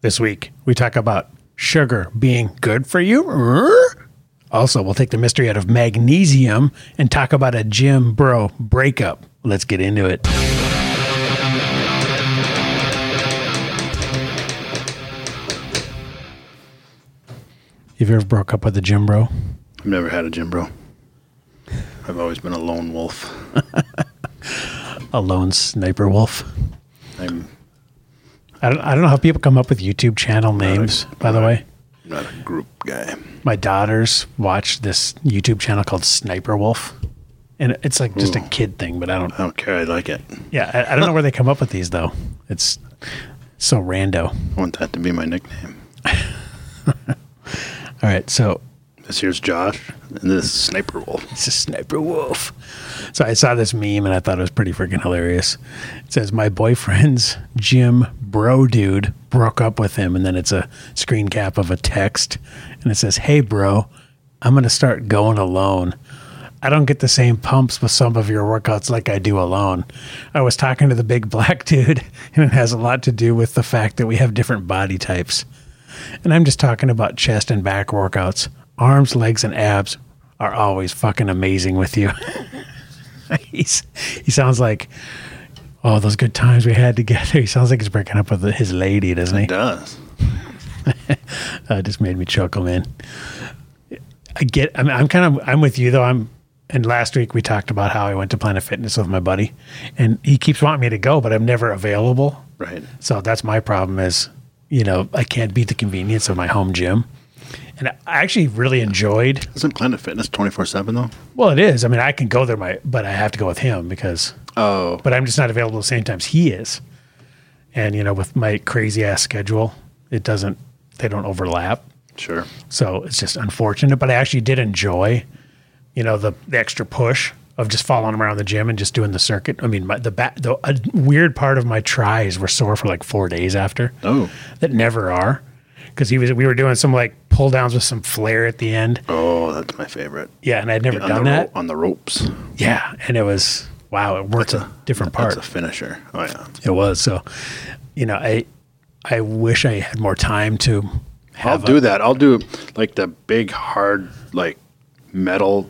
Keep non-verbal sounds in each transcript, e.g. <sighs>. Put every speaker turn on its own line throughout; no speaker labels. This week, we talk about sugar being good for you. Also, we'll take the mystery out of magnesium and talk about a gym bro breakup. Let's get into it. Have you ever broke up with a gym bro?
I've never had a gym bro. I've always been a lone wolf.
A lone sniper wolf?
I'm
I don't, I don't know how people come up with YouTube channel names, by the way.
not a group guy.
my daughters watch this YouTube channel called Sniper Wolf, and it's like just a kid thing. But I don't.
I don't care. I like it.
Yeah, I, I don't know where they come up with these though. It's so rando. All
I want that to be my nickname.
right, so
This here's Josh, and this is Sniper Wolf.
It's a sniper wolf. So I saw this meme and I thought it was pretty freaking hilarious. It says, My boyfriend's gym bro dude broke up with him. And then it's a screen cap of a text. And it says, Hey, bro, I'm going to start going alone. I don't get the same pumps with some of your workouts like I do alone. I was talking to the big <laughs> black dude, and it has a lot to do with the fact that we have different body types. And I'm just talking about chest and back workouts. Arms, legs, and abs are always fucking amazing with you. <laughs> he's, he sounds like, oh, those good times we had together. He sounds like he's breaking up with his lady, doesn't he?
Does
Uh, it just made me chuckle, man. I get. I'm, I'm kind of. I'm with you though. I'm. And last week we talked about how I went to Planet Fitness with my buddy, and he keeps wanting me to go, but I'm never available.
right?
So that's my problem is, you know, I can't beat the convenience of my home gym. And I actually really enjoyed.
Isn't Planet Fitness twenty four seven though?
Well, it is. I mean, I can go there, my but I have to go with him because.
Oh,
But I'm just not available the same times he is. And you know, with my crazy ass schedule, it doesn't. They don't overlap.
sure.
So it's just unfortunate, but I actually did enjoy, you know, the, the extra push of just following him around the gym and just doing the circuit. I mean, my, the back, the a weird part of my tries were sore for like four days after.
Oh.
that never are, because he was we were doing some like pull downs with some flair at the end.
Oh, that's my favorite.
Yeah, and I'd never
On
done
the
that.
ro- on the ropes.
Yeah, and it was wow, it worked a, different part.
That's a finisher. Oh yeah.
it was so, you know, I I wish I had more time to.
I'll
Have a-
do that. I'll do like the big hard like metal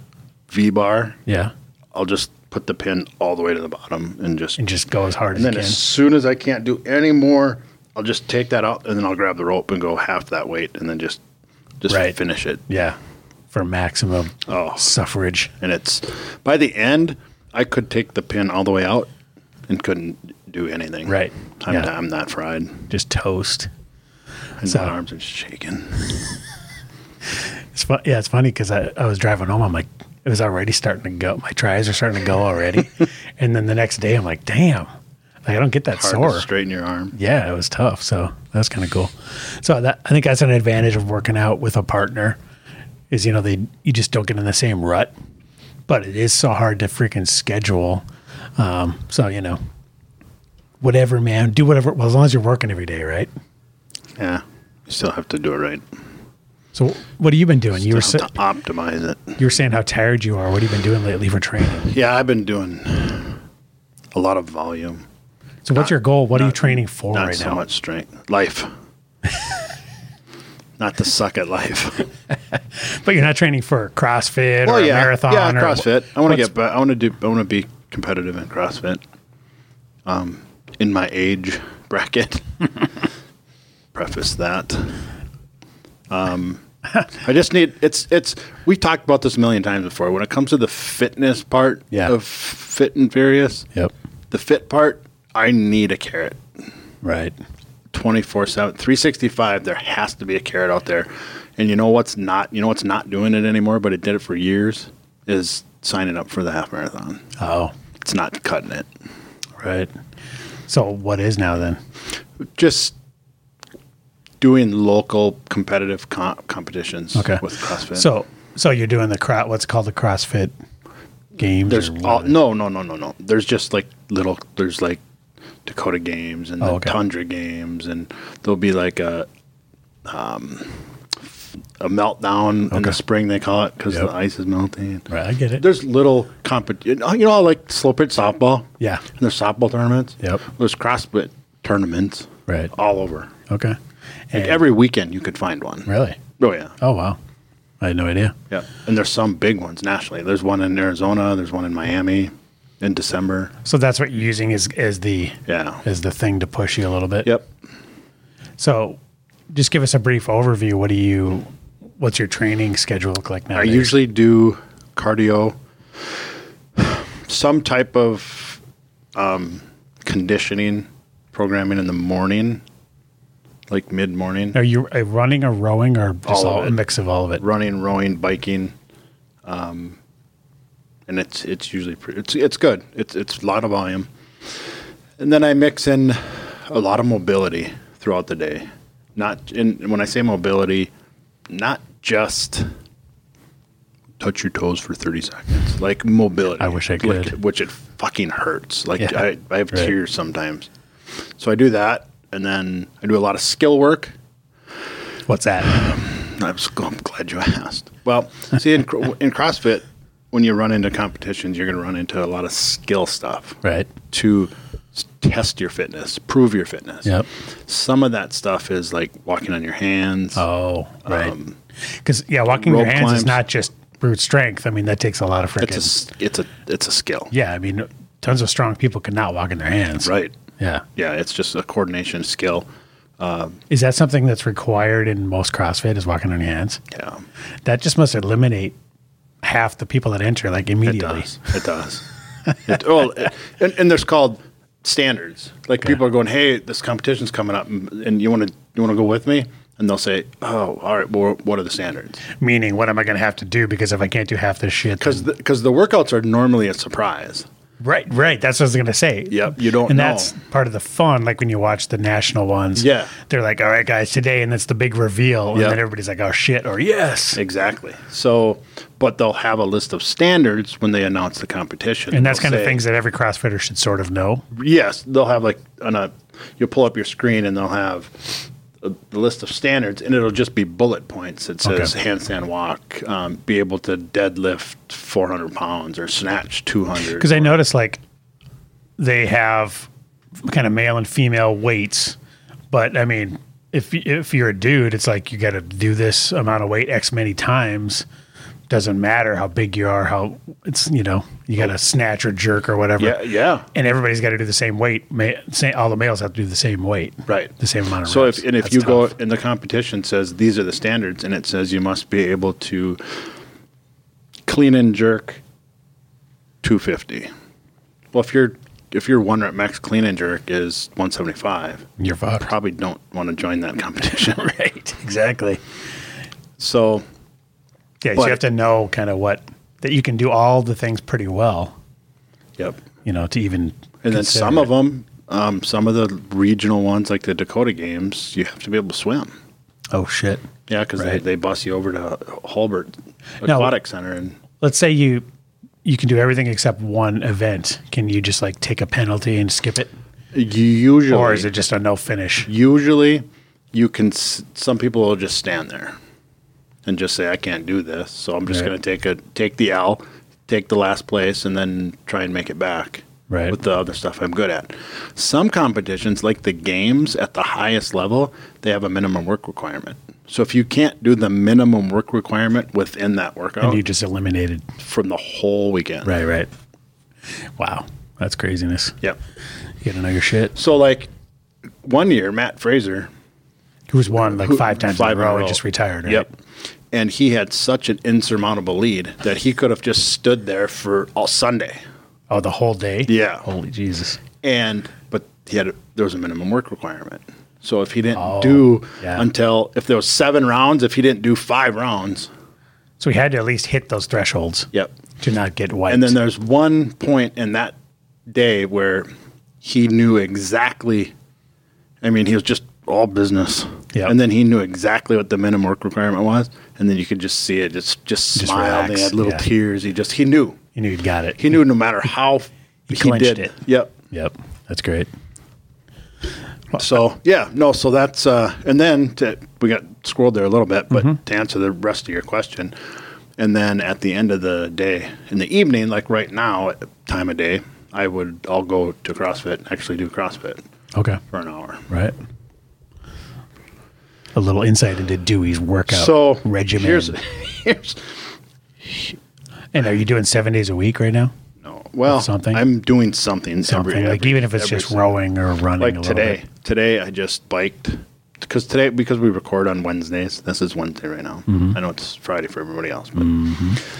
V bar.
yeah,
I'll just put the pin all the way to the bottom and just
and just go as hard
And
as
then
you can.
as soon as I can't do any more, I'll just take that out and then I'll grab the rope and go half that weight and then just just
Right.
finish it.
Yeah, for maximum
Oh.
suffrage.
And it's by the end, I could take the pin all the way out and couldn't do anything.
Right.
I'm,
Yeah.
I'm that fried.
Just toast.
And
So-
my arms are shaking.
It's fun. Yeah, it's funny because I, I was driving home. I'm like, it was already starting to go. My tries are starting to go
<laughs>
already. and then the next day, I'm like, damn, like I don't get that
Hard
sore.
to straighten your arm.
yeah, it was tough. So that's kind of cool. So that, I think that's an advantage of working out with a partner is you know they you just don't get in the same rut. But it is so hard to freaking schedule. Um, so you know, whatever, man, do whatever. Well, as long as you're working every day, right?
Yeah. You still have to do it right.
So what have you been doing? You were
Still
sa-
have to optimize it.
you were saying how tired you are. What have you been doing lately for training?
Yeah, I've been doing a lot of volume.
So what's your goal? What are you training for
Not
right
so
now?
much strength.
<laughs>
Life. Not to suck at life.
But you're not training for CrossFit or a marathon
yeah,
or
CrossFit. I want to
what's-
get. ba- I want to do. I want to be competitive in CrossFit. Um, in my age bracket. <laughs> Preface that. Um, I just need. It's. It's. We talked about this a million times before. When it comes to the fitness part
Yeah.
of Fit and Furious,
Yep.
the fit part, I need a carrot.
Right.
24 7 365 there has to be a carrot out there and you know what's not you know what's not doing it anymore but it did it for years is signing up for the half marathon
Oh,
it's not cutting it
right. So what is now then?
just doing local competitive com- competitions
Okay.
with crossfit
So so you're doing the cro- what's called the CrossFit games.
there's
or
all,
what?
no no no no no there's just like little there's like dakota games and the
Oh, okay.
tundra games and there'll be like a um a meltdown in
Okay.
the spring they call it because
Yep.
the ice is melting
Right, I get it.
there's little competition. You know, like slow pitch softball.
Yeah.
And there's softball tournaments.
Yep.
There's CrossFit tournaments.
Right.
All over.
okay.
Like every weekend you could find one.
Really?
Oh yeah,
Oh wow, I had no idea.
yeah. And there's some big ones nationally. There's one in Arizona. There's one in Miami in December.
So that's what you're using is as the
Yeah.
is the thing to push you a little bit.
Yep.
So, just give us a brief overview. What do you? What's your training schedule look like now?
I usually do cardio, some type of um, conditioning programming in the morning, like mid morning.
Are you uh, running or rowing or just
All of
all- a
it.
mix of all of it?
running, rowing, biking, um, and it's it's usually pretty, it's it's good. It's it's a lot of volume, and then I mix in a lot of mobility throughout the day. Not in when I say mobility, not just touch your toes for thirty seconds, like mobility.
I wish I
like-
could.
which it fucking hurts. Like
Yeah.
I, I have
Right.
tears sometimes. So I do that, and then I do a lot of skill work.
What's that?
I'm, s- I'm glad you asked. Well, see, in, cr- in CrossFit, when you run into competitions, you're going to run into a lot of skill stuff
right.
to s- test your fitness, prove your fitness.
Yep.
Some of that stuff is like walking on your hands. Um,
Oh, right. Because yeah, walking
rope
your hands
climbs.
is not just brute strength. I mean, that takes a lot of
it's
freaking.
a s- it's a it's a skill,
yeah, I mean, tons of strong people could not walk in their hands.
right?
Yeah.
Yeah, it's just a coordination skill.
Is that something that's required in most CrossFit? Is walking on your hands?
Yeah,
That just must eliminate half the people that enter like
it
immediately.
does. It does. it, well, it- and, and there's called standards. Like people are going, "Hey, this competition's coming up, and and you want to you want to go with me?" And they'll say, "Oh, all right. Well, what are the standards?"
Meaning, what am I going to have to do? Because if I can't do half this shit,
because
then-
the, 'cause the workouts are normally a surprise.
right, right. That's what I was going to say.
Yep, you don't
and
know.
that's part of the fun. Like when you watch the national ones,
Yeah.
they're like, "All right, guys, today," and that's the big reveal, and
Yep.
then everybody's like, "Oh shit!" or "Yes."
Exactly. So, but they'll have a list of standards when they announce the competition,
and that's
They'll
kind of
say-
things that every CrossFitter should sort of know.
Yes, they'll have like on a you'll pull up your screen and they'll have a, the list of standards, and it'll just be bullet points. It says
Okay.
handstand walk, um, be able to deadlift 400 pounds or snatch 200.
Because I noticed like they have kind of male and female weights, but I mean, if y- if you're a dude, it's like you got to do this amount of weight x many times. Doesn't matter how big you are, how it's you know you got to snatch or jerk or whatever.
yeah, yeah,
And everybody's got to do the same weight. Ma- sa- All the males have to do the same weight,
right.
The same amount of.
So
reps.
if and if
That's
you go
tough.
and the competition says these are the standards and it says you must be able to clean and jerk 250. Well, if your if your one rep max clean and jerk is 175,
you're fucked.
probably don't want to join that competition, <laughs> right?
Right, exactly.
So
Yeah, so
But-
you have to know kind of what that you can do all the things pretty well,
yep.
you know, to even.
And then
consider
some
it.
of them, um, some of the regional ones like the Dakota Games, you have to be able to swim.
Oh shit.
Yeah, because
Right.
they, they bus you over to Hulbert
Now-
Aquatic Center and
let's say you you can do everything except one event. Can you just like take a penalty and skip it,
you usually
or is it just a no finish?
usually you can s- some people will just stand there and just say i can't do this so i'm just
Right.
going to take a take the l take the last place and then try and make it back
Right.
with the other stuff i'm good at some competitions like the games at the highest level they have a minimum work requirement so if you can't do the minimum work requirement within that workout
And you just eliminated.
from the whole weekend
Right, right. Wow, that's craziness.
yep
You gotta know your shit.
so like one year matt fraser
Who's won like
who-
five times
five
in a row and just retired? Right?
Yep. And he had such an insurmountable lead that he could have just stood there for all Sunday.
Oh, the whole day.
Yeah.
Holy Jesus.
And but he had there was a minimum work requirement. So if he didn't
Oh,
do
yeah.
until if there was seven rounds, if he didn't do five rounds,
So we had to at least hit those thresholds.
yep.
To not get wiped.
And then there's one point in that day where he knew exactly. I mean, he was just all business.
Yeah.
And then he knew exactly what the minimum work requirement was, and then you could just see it. Just just,
Just
smiled.
relax,
They had little
yeah.
tears. He just he knew.
you knew you'd got it.
He knew no matter how he,
clinched
did
it.
Yep.
Yep. That's great.
So yeah, no. So that's uh, and then to, we got scrolled there a little bit, but
Mm-hmm.
to answer the rest of your question, and then at the end of the day, in the evening, like right now, at the time of day, I would I'll go to CrossFit, actually do CrossFit
Okay.
for an hour.
Right. a little insight into Dewey's workout
So
regimen.
Here's, <laughs> here's
and are you doing seven days a week right now?
no. Well,
Something?
I'm doing something.
Something
every,
like
every-
even if it's
every
just
single-
rowing or running. a
like
little
today.
bit.
Today I just biked because today because we record on Wednesdays. This is Wednesday right now.
Mm-hmm.
I know it's Friday for everybody else, but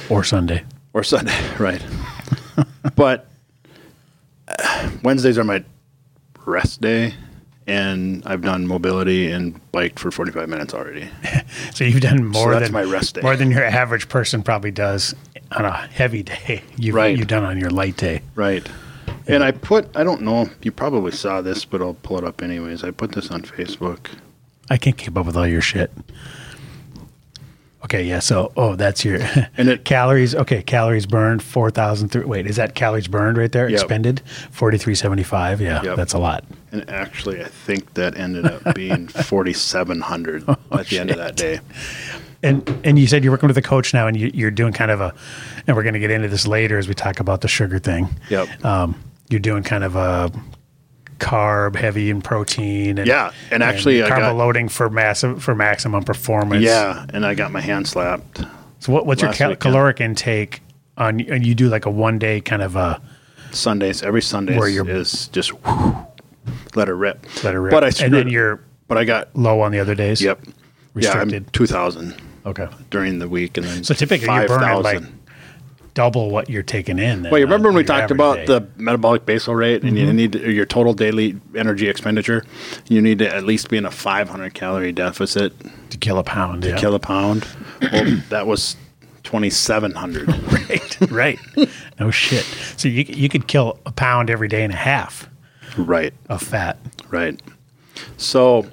or Sunday.
or Sunday, <laughs> right? but uh, Wednesdays are my rest day, and I've done mobility and biked for 45 minutes already.
So you've done more
that's
than
my rest day.
more than your average person probably does on a heavy day. You've,
Right.
you've done on your light day.
Right. And I put, I don't know, you probably saw this, but I'll pull it up anyways. I put this on Facebook.
I can't keep up with all your shit. Okay, yeah. So, oh, that's your <laughs>
And it-
calories. Okay, calories burned four thousand three. Wait, is that calories burned right there?
Yep.
Expended forty three seventy five. Yeah,
Yep.
that's a lot.
And actually, I think that ended up being 4,700 at the end of that day.
And and you said you're working with a coach now, and you, you're doing kind of a, and we're going to get into this later as we talk about the sugar thing.
Yep.
Um, you're doing kind of a carb heavy and protein. And,
Yeah, and actually I
carb
got-
loading for massive for maximum performance.
yeah. And I got my hand slapped.
So what, what's your
Last
cal-
weekend.
caloric intake on? And you do like a one day kind of a
Sundays, every Sunday
Where you're-
is just whew, let her rip.
letter rip,
But I
and then
screwed-
you're
But I got,
low on the other days.
yep. Yeah, I'm
Restricted.
2,000
Okay.
during the week. And then
So typically you're burning like
5,000.
double what you're taking in. then
Well, you
on-
remember
on
when we
your
talked
average
about
day. Mm-hmm.
the metabolic basal rate and you need to, your total daily energy expenditure? You need to at least be in a 500 calorie deficit to
to kill a pound? yeah.
kill a pound. Well, that was
<laughs>
2,700.
<laughs> right, right. No shit. So you you could kill a pound every day and a half
right,
of fat
right. So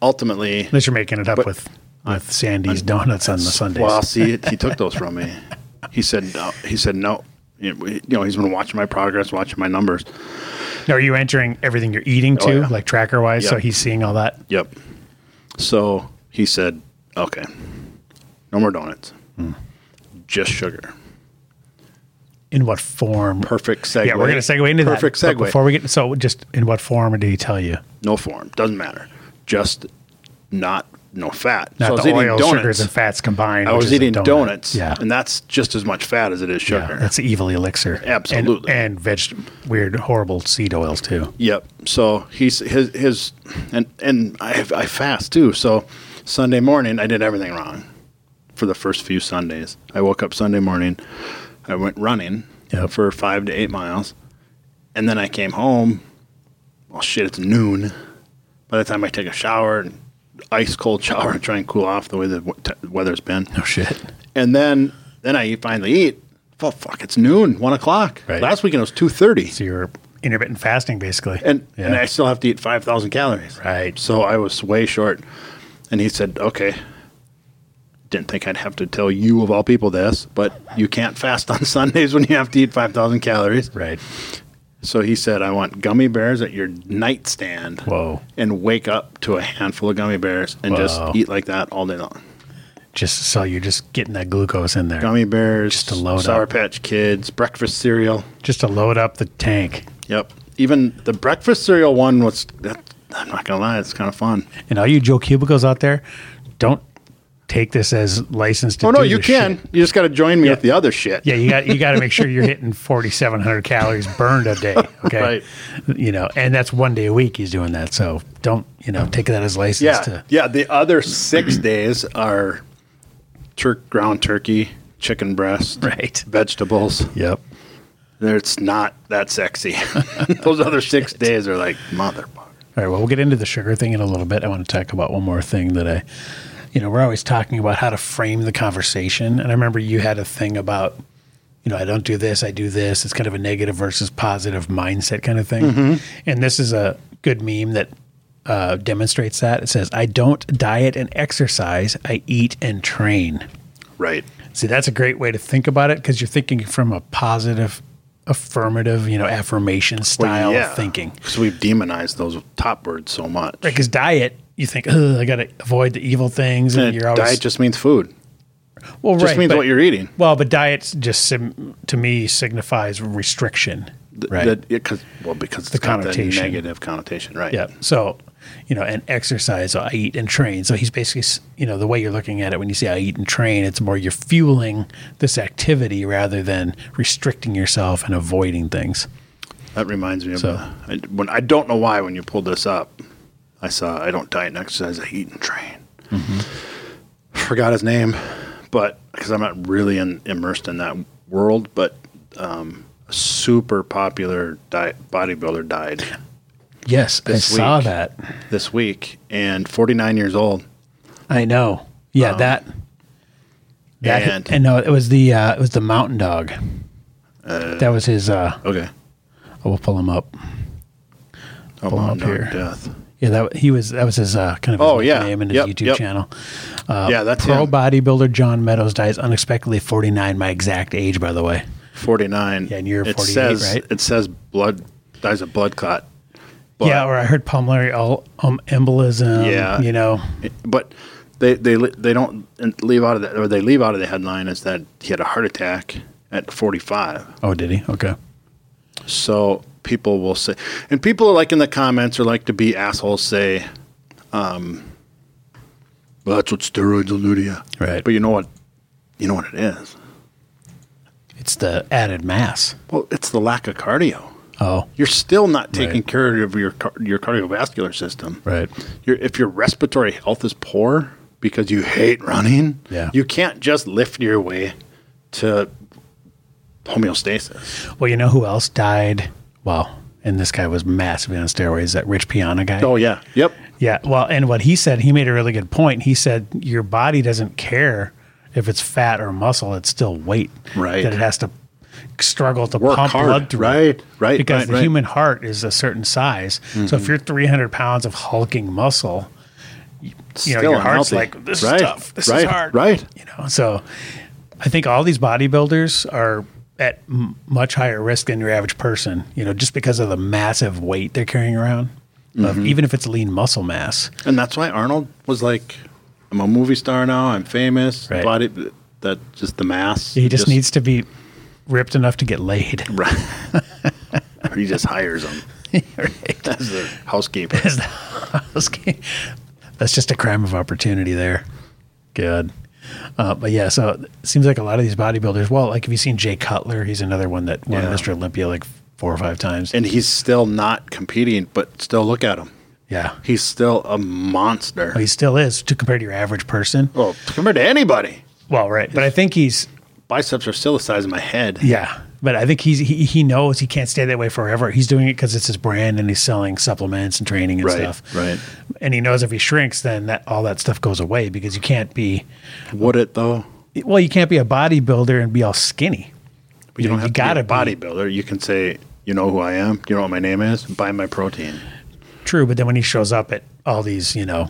ultimately,
unless you're making it up with with Sandy's donuts on the Sundays.
well, see, he took those from me. He said, no. He said, no. You know, he's been watching my progress, watching my numbers.
Now, are you entering everything you're eating
Oh,
too,
yeah.
like tracker wise? So
Yep.
he's seeing all that.
Yep. So he said, okay, no more donuts, just sugar.
In what form?
Perfect segue.
yeah, we're gonna segue into
Perfect
that.
segue.
But before we get so just in what form did he tell you?
no form. Doesn't matter. Just not no fat.
Not
so I was
the
eating
oil, sugars,
donuts.
and fats combined.
I
which
was
is a
eating
donut.
donuts.
Yeah.
And that's just as much fat as it is
Yeah,
sugar.
that's the evil elixir.
Absolutely.
And, and veg- weird, horrible seed oils too.
Yep. So he's his his and and I I fast too. So Sunday morning I did everything wrong for the first few Sundays. I woke up Sunday morning, I went running
Yep.
for 5 to 8 miles. And then I came home. Well shit, it's noon. By the time I take a shower and ice cold <laughs> shower and try and cool off the way the w- t- weather's been.
No shit.
And then then I finally eat. Oh fuck, it's noon, 1 o'clock.
Right.
Last weekend it was 2:30
So you're intermittent fasting basically.
and
Yeah.
and I still have to eat five thousand calories.
Right.
So I was way short, and he said, "Okay." Didn't think I'd have to tell you of all people this, but you can't fast on <laughs> Sundays when you have to eat five thousand calories.
right.
So he said, "I want gummy bears at your nightstand."
Whoa.
And wake up to a handful of gummy bears and just
Wow.
eat like that all day long.
Just so you're just getting that glucose in there,
Gummy bears,
Just to load
Sour
up.
Patch Kids, breakfast cereal.
just to load up the tank.
Yep. Even the breakfast cereal one was. That, I'm not gonna lie, it's kind of fun.
And all you Joe Cubicles out there, don't take this as license to.
Oh no,
do
you
this
can.
shit.
You just got to join me with the other shit.
Yeah, you got you got to make
<laughs>
sure you're hitting 4,700 calories burned a day. Okay,
Right.
You know, and that's one day a week he's doing that. So don't you know take that as license
yeah,
to.
yeah. The other six <clears throat> days are tur- ground turkey, chicken breast,
Right.
vegetables.
Yep.
It's not that sexy.
<laughs>
Those other six days are like motherfucker.
All right. Well, we'll get into the sugar thing in a little bit. I want to talk about one more thing that I, you know, we're always talking about how to frame the conversation. And I remember you had a thing about, you know, I don't do this, I do this. It's kind of a negative versus positive mindset kind of thing. And this is a good meme that uh, demonstrates that. It says, I don't diet and exercise, I eat and train.
Right.
See, that's a great way to think about it because you're thinking from a positive, affirmative, you know, affirmation style of thinking.
because we've demonized those top words so much.
Right, because diet, you think, Ugh, I got to avoid the evil things, and,
And
you're always
Uh, diet just means food.
well,
Just
right,
means
but-
what you're eating.
Well, but diet just sim- to me signifies restriction.
Th-
Right.
That, yeah, 'cause- well, because it's
The
got
connotation.
that negative connotation, right?
Yeah. So, you know, and exercise, so I eat and train. So he's basically, s- you know, the way you're looking at it when you say I eat and train, it's more you're fueling this activity rather than restricting yourself and avoiding things.
That reminds me of
So-
a, I, when I don't know why when you pulled this up, I saw I don't diet and exercise, I eat and train.
Mm-hmm.
Forgot his name, but because I'm not really in, immersed in that world, but um, a super popular diet, bodybuilder died
Yes,
This
I saw
week.
that.
this week and 49 years old.
I know. Yeah, that. That
and-
and, no, it was the uh, it was the mountain dog. that was his. Uh,
Okay.
I will pull him up.
Oh,
Pull him
Mount
up here.
Dog Death.
Yeah, that he was. That was his uh, kind of his
Oh, yeah.
name and his
Yep,
YouTube
yep.
channel. Uh,
yeah, that's
Pro
him.
bodybuilder John Meadows dies unexpectedly, forty nine, my exact age, by the way.
49.
Yeah, and you're
it
48,
says,
right?
It says blood, dies of blood clot. But-
yeah, or I heard pulmonary el- um, embolism.
Yeah.
you know.
but they they li- they don't leave out of the, or they leave out of the headline is that he had a heart attack at 45.
Oh, did he? Okay.
So people will say, and people like in the comments or like to be assholes say, um, well, that's what steroids will do to you.
Right.
But you know what? You know what it is.
It's the added mass.
Well, it's the lack of cardio.
Oh,
You're still not taking
Right.
care of your car- your cardiovascular system.
right.
your if your respiratory health is poor because you hate running,
Yeah.
you can't just lift your way to homeostasis.
Well, you know who else died? Well, and this guy was massively on steroids. That Rich Piana guy.
Oh yeah, yep.
Yeah. Well, and what he said, he made a really good point. He said your body doesn't care if it's fat or muscle; it's still weight.
Right.
That it has to struggle to
Work
pump
hard.
blood through. it.
Right, right,
Because
right,
the
right. Mm-hmm.
human heart is a certain size. So if you're 300 pounds of hulking muscle, you know, your heart's like, this
right,
is tough. This
right,
is hard.
Right.
You know, so I think all these bodybuilders are at m- much higher risk than your average person, you know, just because of the massive weight they're carrying around, of,
Mm-hmm.
even if it's lean muscle mass.
And that's why Arnold was like, I'm a movie star now. I'm famous.
Right.
Body, that just the mass.
He just, needs to be ripped enough to get laid
<laughs> Right. <laughs> Or he just
<laughs>
hires him as the housekeeper.
as the house key. That's just a crime of opportunity there. Good. Uh, but yeah, so it seems like a lot of these bodybuilders. Well, like have you seen Jay Cutler? He's another one that won
Yeah.
Mr. Olympia like four or five times.
and he's still not competing, but still look at him.
yeah,
He's still a monster.
Well, he still is to compare to your average person.
Well, compared to anybody,
Well, right, but I think he's
biceps are still the size of my head.
yeah. But I think he's he, he knows he can't stay that way forever. He's doing it because it's his brand and he's selling supplements and training and
Right,
stuff.
right.
And he knows if he shrinks, then that all that stuff goes away because you can't be
Would it though?
well, you can't be a bodybuilder and be all skinny.
You
know,
don't
you
have
gotta
to
be.
be a bodybuilder. You can say, you know who I am. You know what my name is. Buy my protein.
True, but then when he shows up at all these, you know,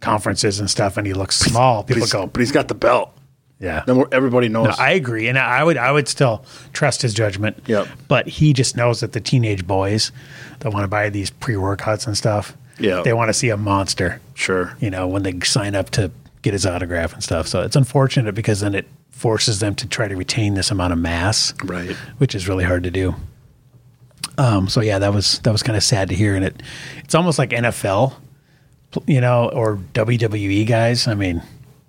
conferences and stuff, and he looks small,
But
people
he's-
go,
but he's got the belt.
yeah.
Then we're- everybody knows.
No, I agree, and I would I would still trust his judgment.
Yep.
But he just knows that the teenage boys that want to buy these pre workouts and stuff,
Yeah.
they want to see a monster.
sure.
You know, when they sign up to get his autograph and stuff. So it's unfortunate because then it forces them to try to retain this amount of mass,
Right.
Which is really hard to do. Um, so yeah, that was that was kind of sad to hear, and it it's almost like NFL, pl- you know, or WWE guys. I mean,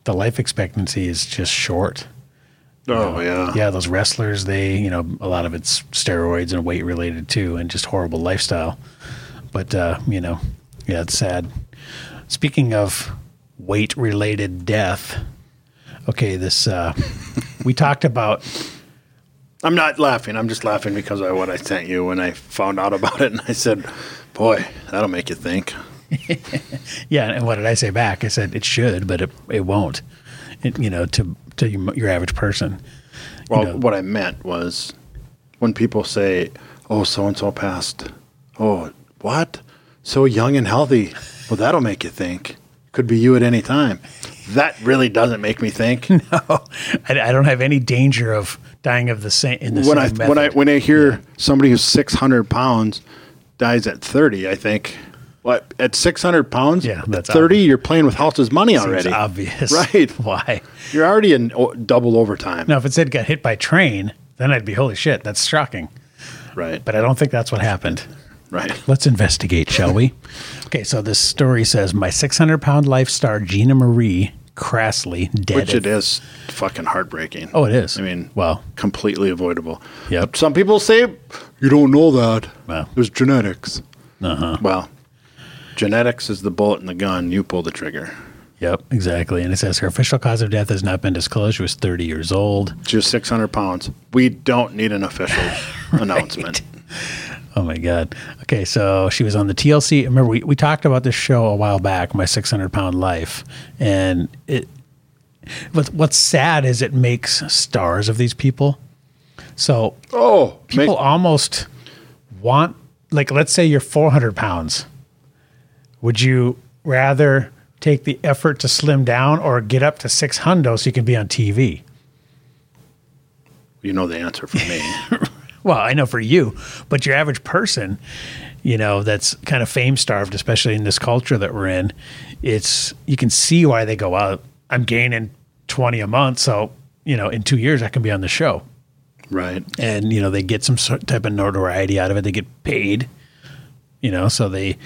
the life expectancy is just short.
Oh yeah.
Yeah, those wrestlers, they, you know, a lot of it's steroids and weight related too, and just horrible lifestyle. But, uh, you know, yeah, it's sad. Speaking of weight related death, okay, this, uh, we talked about,
I'm not laughing. I'm just laughing because of what I sent you when I found out about it, and I said, "Boy, that'll make you think."
yeah, and what did I say back? I said it should, but it, it won't, it, you know, to, to your your average
<laughs>
person.
Well,
know.
what I meant was when people say, "Oh, so and so passed." Oh, what? So young and healthy. Well, that'll make you think. Could be you at any time. That really doesn't make
<laughs>
me think. Oh.
I, I don't have any danger of dying of the same, in the
when
same
I
method.
when I when I hear somebody who's six hundred pounds dies at thirty, I think. What at six hundred pounds?
Yeah,
at
that's
thirty, you're playing with house's money
it's
already.
obvious.
<laughs> right?
<laughs> Why?
You're already in o- double overtime.
Now, if it said got hit by train, then I'd be holy shit. That's shocking.
Right.
But I don't think that's what happened. <laughs>
Right.
Let's investigate, shall
<laughs>
we? Okay, so this story says my 600 pound life star, Gina Marie Crassly, dead.
Which
at-
it is fucking heartbreaking.
Oh, it is.
I mean,
well,
completely avoidable.
Yep.
Some people say you don't know that.
Well.
There's genetics.
uh huh.
Well, genetics is the bullet in the gun. You pull the trigger.
Yep, exactly. And it says her official cause of death has not been disclosed. She was 30 years old.
She was 600 pounds. We don't need
<laughs>
an official announcement.
Oh my God. Okay, so she was on the TLC. Remember, we, we talked about this show a while back, My 600 Pound Life. And it, what's, what's sad is it makes stars of these people. So
Oh, make,
people almost want, like, let's say you're 400 pounds. Would you rather take the effort to slim down or get up to six hundo so you can be on TV?
you know the answer for
<laughs>
me.
Well, I know for you, but your average person, you know, that's kind of fame starved, especially in this culture that we're in, it's you can see why they go out. I'm gaining 20 a month, so, you know, in 2 years I can be on the show.
right.
And, you know, they get some sort type of notoriety out of it. They get paid, you know, so they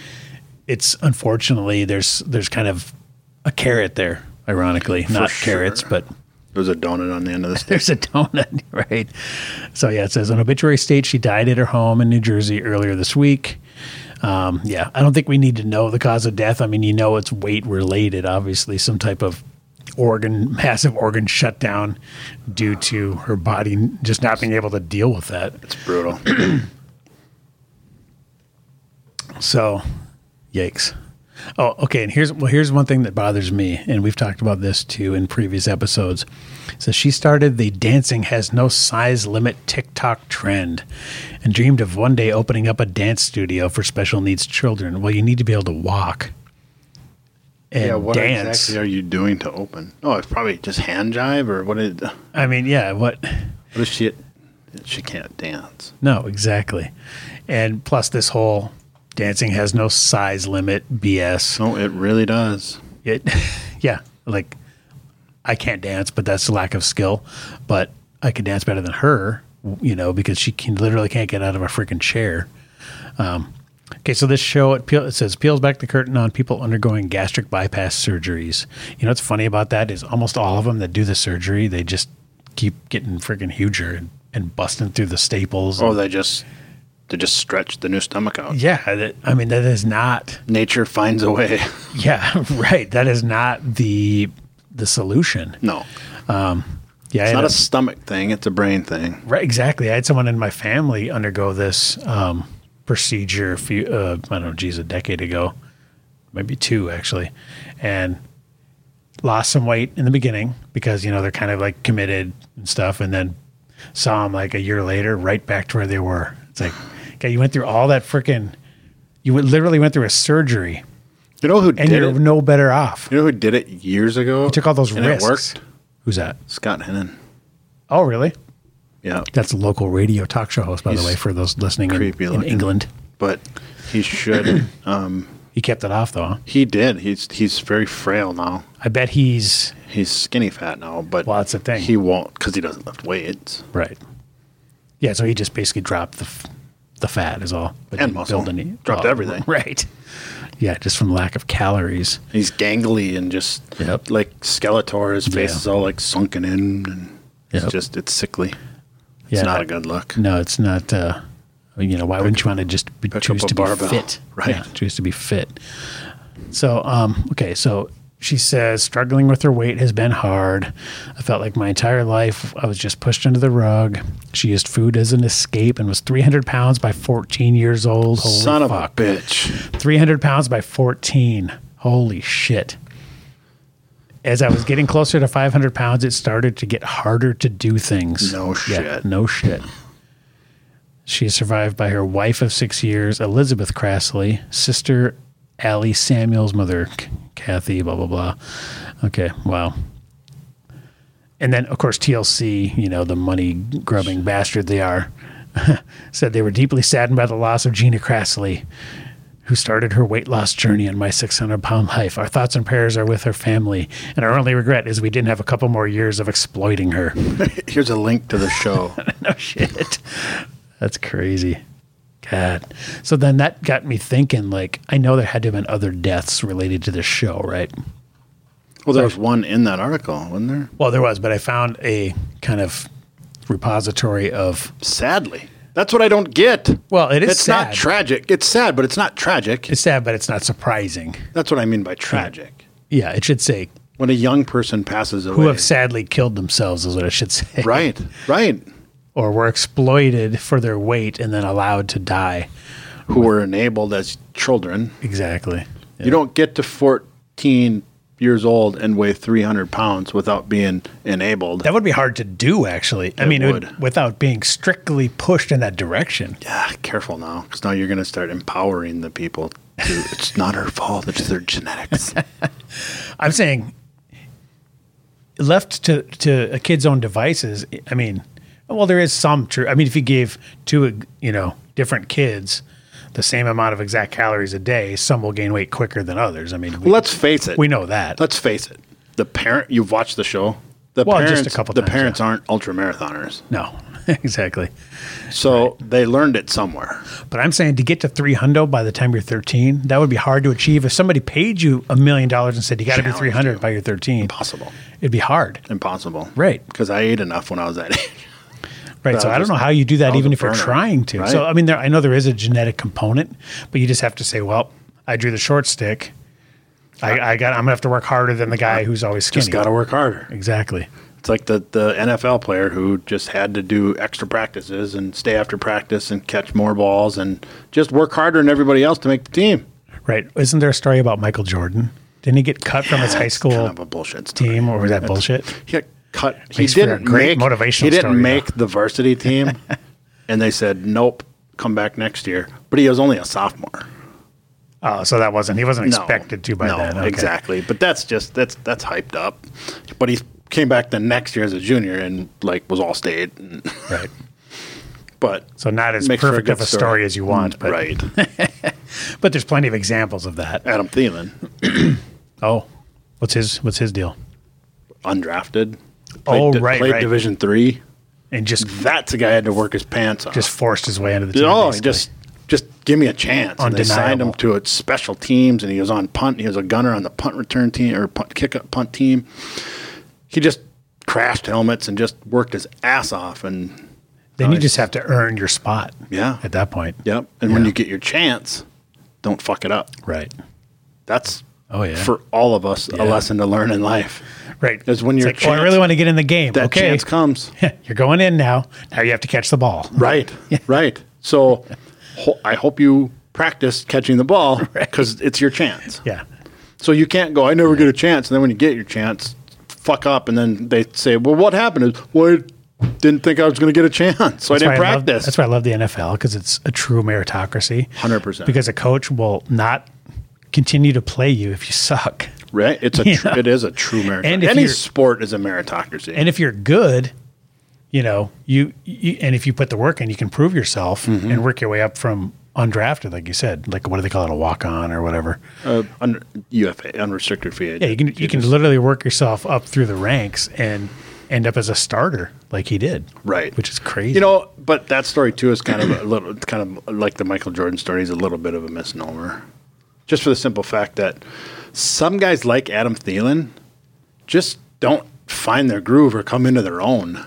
it's unfortunately there's there's kind of a carrot there, ironically, not
sure.
carrots, but
There's a donut on the end of
<laughs>
this.
there's a donut, right? So yeah, it says an obituary state. She died at her home in New Jersey earlier this week. Um, yeah, I don't think we need to know the cause of death. I mean, you know, it's weight related, obviously, some type of organ, <laughs> massive organ shutdown due to her body just not being able to deal with that.
It's brutal.
So, yikes. Oh, okay. And here's well, here's one thing that bothers me, and we've talked about this too in previous episodes. So she started the dancing has no size limit TikTok trend, and dreamed of one day opening up a dance studio for special needs children. Well, you need to be able to walk <clears throat> and
yeah, what
dance.
exactly are you doing to open? Oh, it's probably just hand jive or what? Is, what
I mean, yeah. What?
is she? She can't dance.
No, exactly. And plus, this whole dancing has no size limit BS.
No, it really does.
it <laughs> yeah like i can't dance but that's lack of skill but i can dance better than her you know because she can literally can't get out of a freaking chair um okay so this show it, peel, it says peels back the curtain on people undergoing gastric bypass surgeries you know what's funny about that is almost all of them that do the surgery they just keep getting freaking huger and, and busting through the staples
Oh, they just they just stretch the new stomach out.
yeah that, i mean that is not
Nature finds a way. <laughs>
yeah <laughs> right that is not the the solution
No,
yeah
it's
I
not
know.
a stomach thing. It's a brain thing.
Right, exactly. I had someone in my family undergo this um, procedure a few, uh, I don't know, geez, a decade ago, maybe two actually, and lost some weight in the beginning because you know they're kind of like committed and stuff, and then saw them like a year later, right back to where they were. It's like, okay, you went through all that freaking, you went- literally went through a surgery,
You know who
and
did
you're
it?
no better off.
You know who did it years ago?
Took all those
and
risks.
It worked.
Who's that?
Scott Hennon.
Oh, really?
Yeah,
That's a local radio talk show host, by the
He's
way, for those listening in,
creepy
in
looking.
England.
but he should.
<clears throat>
um,
He kept it off though. huh?
he did. He's he's very frail now.
I bet he's
He's skinny fat now, but
Well, that's the thing.
He won't because he doesn't lift weights.
right. Yeah, so he just basically dropped the f- the fat is all, but
And
he
muscle.
built any-
Dropped
oh,
everything.
<laughs> Right. Yeah, just from lack of calories.
He's gangly and just
Yep.
like Skeletor. His face
Yeah.
is all like sunken in, and
Yep.
it's just it's sickly.
Yeah.
It's not a good look.
No, it's not. Uh, you know, why wouldn't you want to just be,
pick
choose
up a
to be
barbell,
fit?
right.
Yeah, choose to be fit. So, um, okay, so she says struggling with her weight has been hard. I felt like my entire life I was just pushed under the rug. She used food as an escape and was 300 pounds by 14 years old. Holy
Son
fuck.
of a bitch.
300 pounds by 14. Holy shit. As I was getting closer to 500 pounds, it started to get harder to do things.
No shit.
no shit. She is survived by her wife of six years, Elizabeth Crassley, sister Allie Samuels, mother C- Kathy, blah, blah, blah. Okay, wow. And then, of course, TLC, you know, the money grubbing bastard they are, <laughs> said they were deeply saddened by the loss of Gina Crassley, who started her weight loss journey on my 600 pound life. Our thoughts and prayers are with her family, and our only regret is we didn't have a <laughs> couple more years of exploiting her. <laughs>
Here's a link to the show.
no Oh, shit. That's crazy. God. So then that got me thinking like, I know there had to have been other deaths related to this show, right?
Well, there was one in that article, wasn't there?
Well, there was, but I found a kind of repository of,
Sadly. That's what I don't get.
well, it is
it's
sad.
not tragic. It's sad, but it's not tragic.
it's sad, but it's not surprising.
That's what I mean by tragic.
Yeah, it should say
When a young person passes away.
who have sadly killed themselves is what it should say.
right, right.
Or were exploited for their weight and then allowed to die.
Who were enabled as children.
Exactly.
You don't get to 14 years old and weigh 300 pounds without being enabled.
That would be hard to do, actually. I
It
mean, it would-
would.
without being strictly pushed in that direction.
Ah, careful now, because now you're going to start empowering the people. To, it's not her fault. It's
<laughs>
their genetics.
I'm saying left to, to a kid's own devices. I mean, well, there is some truth. I mean, if you gave two, you know, different kids the same amount of exact calories a day, some will gain weight quicker than others. I mean, we,
Let's face it.
we know that.
Let's face it. The parent. You've watched the show. The
Well, just a
parents,
couple
The
times,
parents aren't ultra marathoners,
No, <laughs> exactly.
so they learned it somewhere.
But I'm saying to get to 300 by the time you're 13, that would be hard to achieve. If somebody paid you a million dollars and said you got to be
Challenge
300
you.
by your 13,
Impossible.
it'd be hard.
Impossible.
Right.
Because I ate enough when I was that age.
Right.
That
So
was
I don't
just-
know how you do that,
that was
even
a
if you're
burner,
trying to.
right?
So I mean, there, I know there is a genetic component, but you just have to say, well, I drew the short stick. I, I got. I'm gonna have to work harder than the guy who's always skinny.
Just got to work harder.
exactly.
It's like the, the NFL player who just had to do extra practices and stay after practice and catch more balls and just work harder than everybody else to make the team.
Right. Isn't there a story about Michael Jordan? Didn't he get cut from his high
That's kind
school
of a bullshit story.
team, or was that bullshit?
He got cut. He
Makes for a
didn't
great
make
motivational
He didn't
story,
make the
<laughs>
varsity team, and they said nope, come back next year. But he was only a sophomore.
Oh, so that wasn't. He wasn't expected to by
no,
then. Okay.
Exactly. But that's just that's that's hyped up. But he came back the next year as a junior and like was all state. <laughs>
Right.
But
So not as
makes for
perfect of
good
a story. as you want, but
Mm, right. <laughs>
but there's plenty of examples of that.
Adam Thielen,
Oh, what's his what's his deal?
undrafted.
Oh,
di-
right,
Played
right.
Division three.
And just
That's a guy had to work his pants off.
just forced his way into the team.
Oh,
basically.
just just give me a chance. And they signed him to a special teams, and he was on punt. He was a gunner on the punt return team or punt kick up punt team. He just crashed helmets and just worked his ass off. And
Then you just have to earn your spot.
Yeah.
At that point.
yep. And when you get your chance, don't fuck it up.
Right.
That's
Oh, yeah.
for all of us a lesson to learn in life.
Right.
Is when
It's
your
like, oh, I
chance-
really want to get in the game.
That
okay.
chance comes.
<laughs> You're going in now. Now you have to catch the ball. <laughs>
Right. Right. So ho- I hope you practice catching
<laughs>
the ball because it's your chance.
Yeah.
So you can't go, I never get a chance. And then when you get your chance, fuck up. And then they say, well, what happened? Is, well, I didn't think I was going to get a chance. <laughs> So I
why
didn't
I love-
practice.
that's why I love the NFL because it's a true meritocracy.
100%.
Because a coach will not continue to play you if you suck.
<laughs> right. It's a, tr- it is a true meritocracy.
And if
Any
you're-
sport is a meritocracy.
And if you're good, you know, you, you and if you put the work in, you can prove yourself
Mm-hmm.
and work your way up from undrafted, like you said, like what do they call it, a walk on or whatever.
uh, under, UFA, unrestricted free agent.
Yeah, you can you can literally work yourself up through the ranks and end up as a starter like he did.
Right.
Which is crazy.
You know, but that story too is kind of a <coughs> little, it's kind of like the Michael Jordan story is a little bit of a misnomer, just for the simple fact that some guys like Adam Thielen just don't find their groove or come into their own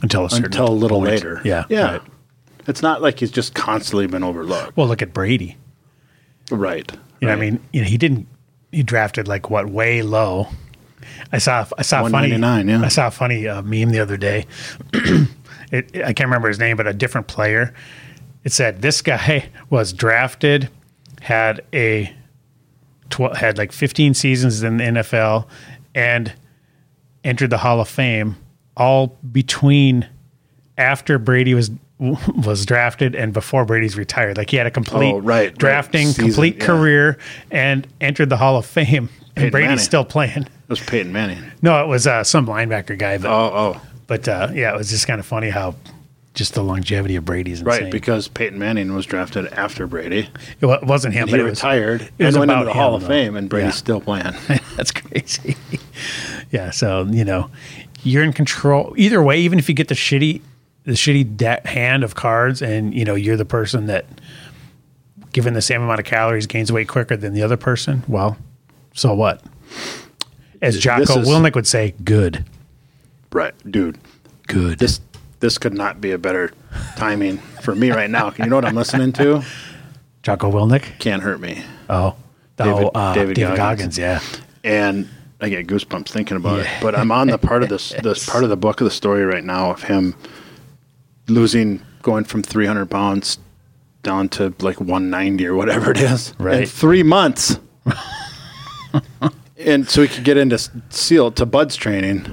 until a certain
until a little
point.
later.
Yeah.
yeah.
right.
It's not like he's just constantly been overlooked.
Well, look at Brady.
right.
You know, what I mean, you know, he didn't he drafted like what way low. I saw I saw a funny
199, yeah.
I saw a funny uh, meme the other day. <clears throat> it, I can't remember his name, but a different player. It said this guy <laughs> was drafted, had a tw- had like 15 seasons in the NFL, and entered the Hall of Fame all between after Brady was <laughs> was drafted and before Brady's retired. Like he had a complete
Oh, right, right.
drafting,
Season,
complete
yeah.
career, and entered the Hall of Fame. And
Peyton
Brady's
Manning.
still playing.
It was Peyton Manning.
No, it was uh, some linebacker guy, but
Oh, oh,
but uh, yeah, it was just kind of funny how just the longevity of Brady's
right.
insane.
Because Peyton Manning was drafted after Brady.
it wa- wasn't him,
He
but it was
retired
it was
and went
about
into the
him,
Hall of
though.
Fame, and Brady's
Yeah. <laughs>
still playing.
That's crazy. <laughs> yeah. So, you know, you're in control. Either way, even if you get the shitty the shitty de- hand of cards, and you know you're the person that, given the same amount of calories, gains weight quicker than the other person. Well, so what? As
This
Jocko
is-
Willink would say, good,
Right, dude.
good.
This this could not be a better timing for me right now. You know what I'm listening to?
Jocko Willink.
Can't hurt me.
Oh,
David-
oh, uh,
David
David,
Goggins.
Goggins. Yeah,
and I get goosebumps thinking about it. But I'm on the part of this this part of the book of the story right now of him losing, going from 300 pounds down to like 190 or whatever it is in
Right.
three months. and so he could get into s- SEAL to Bud's training.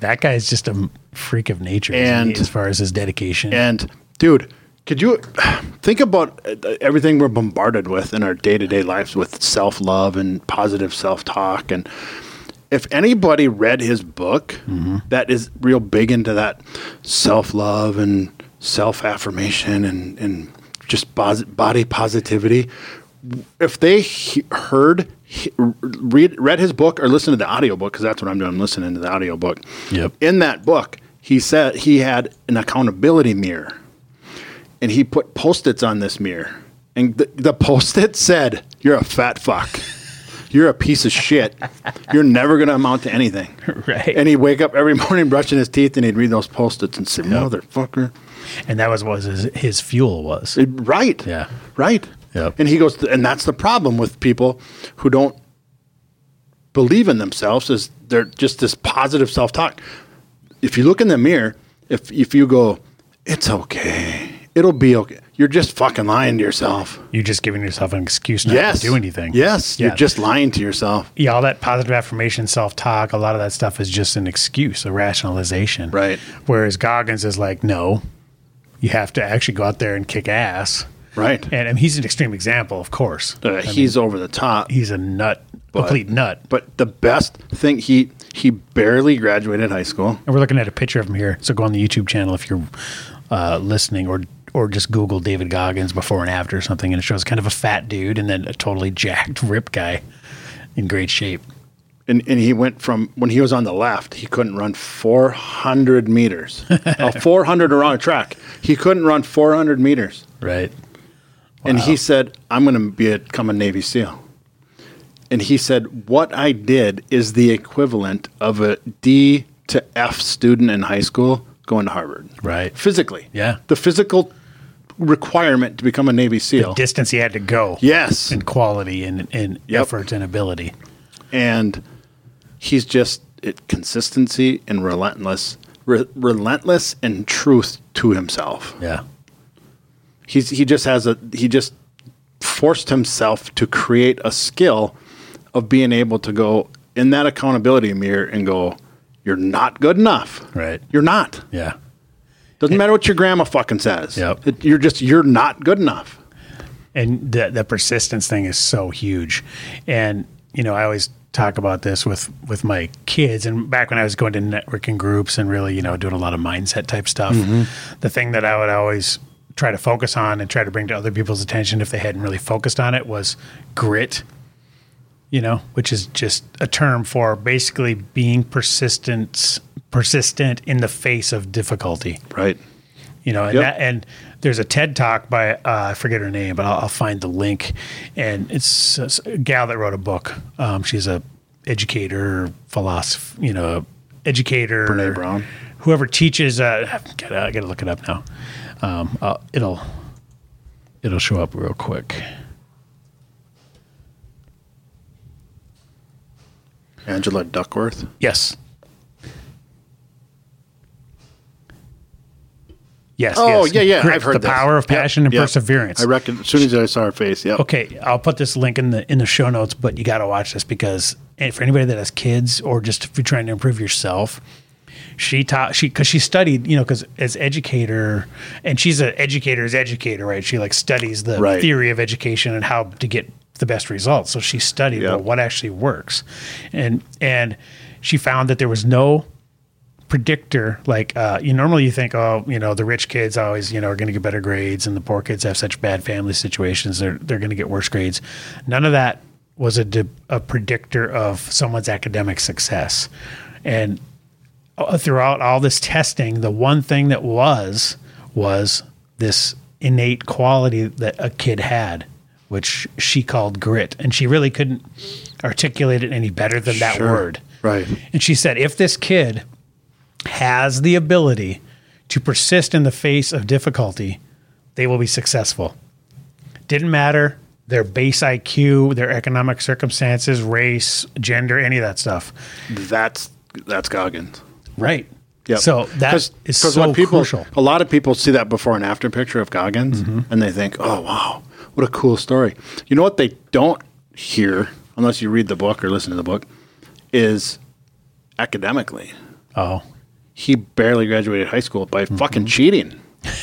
that guy is just a m- freak of nature. isn't
And-
he, as far as his dedication,
And dude, could you <sighs> think about uh, everything we're bombarded with in our day to day lives with self love and positive self talk? And if anybody read his book that is real big into that self love and self affirmation and, and just pos- body positivity, if they he- heard, he- read, read his book or listened to the audiobook, because that's what I'm doing, I'm listening to the audiobook.
Yep.
In that book, he said he had an accountability mirror and he put post-its on this mirror. And the, the post-it said, "You're a fat fuck. You're a piece of shit. You're never going to amount to anything."
<laughs> Right.
And he'd wake up every morning brushing his teeth and he'd read those post-its and say, "Motherfucker."
and that was what his, his fuel was.
It- right.
Yeah.
Right.
Yep.
And he goes, and that's the problem with people who don't believe in themselves is they're just this positive self talk. If you look in the mirror, if if you go, it's okay, it'll be okay. You're just fucking lying to yourself.
You're just giving yourself an excuse not
yes.
to do anything.
Yes.
Yeah.
You're just lying to yourself.
yeah, all that positive affirmation, self talk, a lot of that stuff is just an excuse, a rationalization.
Right.
Whereas Goggins is like, no, you have to actually go out there and kick ass.
Right.
And, and he's an extreme example, of course.
Uh, he's over the top.
He's a nut, complete nut.
But the best thing he he barely graduated high school.
And we're looking at a picture of him here. So go on the YouTube channel if you're uh, listening or or just Google David Goggins before and after or something. And it shows kind of a fat dude and then a totally jacked, ripped guy in great shape.
and, and he went from when he was on the left, he couldn't run
<laughs>
400 meters, a 400 around a track. He couldn't run 400 meters,
Right.
and he said, "I'm going to become a Navy SEAL." And he said, "What I did is the equivalent of a D to F student in high school going to Harvard,
Right.
Physically,
Yeah.
the physical requirement to become a Navy SEAL,
Distance he had to go.
yes,
And quality and, and
Yep.
effort and ability.
and he's just it, consistency and relentless, re- relentless and truth to himself.
Yeah.
He's he just has a he just forced himself to create a skill of being able to go in that accountability mirror and go, you're not good enough.
Right.
You're not.
Yeah.
Doesn't matter what your grandma fucking says.
Yep.
It- you're just you're not good enough.
and the the persistence thing is so huge and you know i always talk about this with with my kids and back when i was going to networking groups and really you know doing a lot of mindset type stuff the thing that i would always try to focus on and try to bring to other people's attention if they hadn't really focused on it was grit you know which is just a term for basically being persistent persistent in the face of difficulty
Right.
you know, and,
Yep.
that, and there's a TED talk by uh, I forget her name, but I'll, I'll find the link. And it's a s- a gal that wrote a book. Um, she's a educator, philosopher, you know, educator.
Brene Brown.
Whoever teaches, uh, gotta, I gotta look it up now. Um, i it'll it'll show up real quick.
Angela Duckworth.
Yes. Yes.
Oh,
yes.
yeah, yeah,
Grit,
I've heard
the
this.
power of
Yep,
passion and
yep.
perseverance.
I reckon as soon as I saw her face, yeah.
Okay, I'll put this link in the in the show notes, but you got to watch this because and for anybody that has kids or just if you're trying to improve yourself, she taught she because she studied you know because as educator and she's an educator's educator right she like studies the
Right.
theory of education and how to get the best results so she studied
Yep.
well, what actually works and and she found that there was no predictor like uh, you normally you think oh you know the rich kids always you know are going to get better grades and the poor kids have such bad family situations they're they're going to get worse grades none of that was a, de- a predictor of someone's academic success and uh, throughout all this testing, the one thing that was was this innate quality that a kid had, which she called grit, and she really couldn't articulate it any better than that
Sure.
word.
Right.
And she said, if this kid has the ability to persist in the face of difficulty, they will be successful. Didn't matter their base IQ, their economic circumstances, race, gender, any of that stuff.
That's that's Goggins.
Right.
Yeah.
So that is so
people,
crucial. Mm-hmm.
A lot of people see that before and after picture of Goggins, and they think, "Oh, wow, what a cool story." You know what they don't hear unless you read the book or listen to the book is academically.
Oh,
He barely graduated high school by
Mm-hmm.
fucking cheating.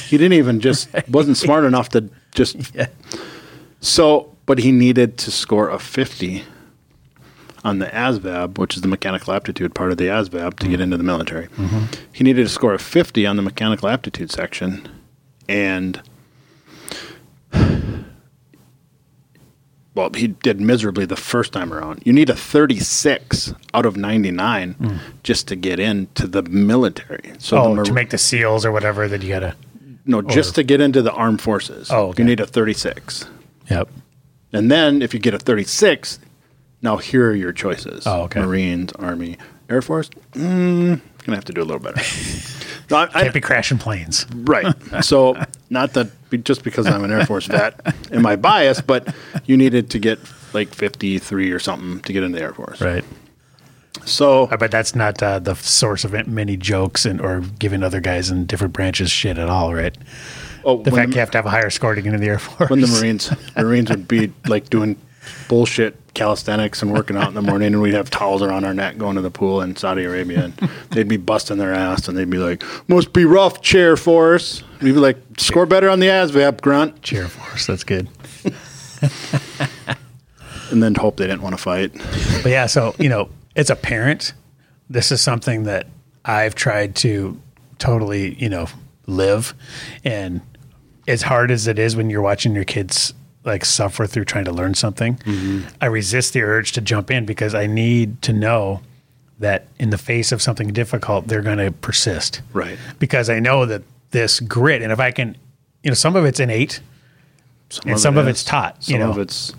He didn't
<laughs>
even just wasn't smart enough to just. So, but he needed to score a fifty on the ASVAB, which is the mechanical aptitude part of the ASVAB to
Mm-hmm.
get into the military. He needed to score a 50 on the mechanical aptitude section. And, <sighs> well, he did miserably the first time around. You need a 36 out of 99 just to get into the military. So,
Mm. oh,
the Mar-
to make the seals or whatever that you gotta.
no, just to get into the armed forces.
Oh, okay.
You need a 36.
Yep.
And then if you get a 36, now here are your choices.
Oh, okay.
Marines, Army, Air Force. Mm, gonna have to do a
<laughs>
little better. No, I- I-
Can't be crashing planes.
right. So not that be- just because I'm an Air Force vet, am I biased? But you needed to get like 53 or something to get into the Air Force.
Right.
So
I bet that's not uh, the source of it- many jokes and or giving other guys in different branches shit at all, right?
oh,
The
when
fact you have to have a higher score to get into the Air Force.
when the Marines Marines would be like doing bullshit calisthenics and working out in the morning, and we'd have towels around our neck going to the pool in Saudi Arabia, and they'd be busting their ass, and they'd be like, "Must be rough chair force." We'd be like, "Score better on the ASVAB, grunt,"
Cheer Force, that's good.
and then hope they didn't want to fight.
But yeah, so you know, as a parent, this is something that I've tried to totally, you know, live. And as hard as it is when you're watching your kids like suffer through trying to learn something, I resist the urge to jump in because I need to know that in the face of something difficult, they're going to persist.
Right.
Because I know that this grit, and if I can, you know, some of it's innate,
Some
And some of
is.
it's taught,
Some
you know.
of it's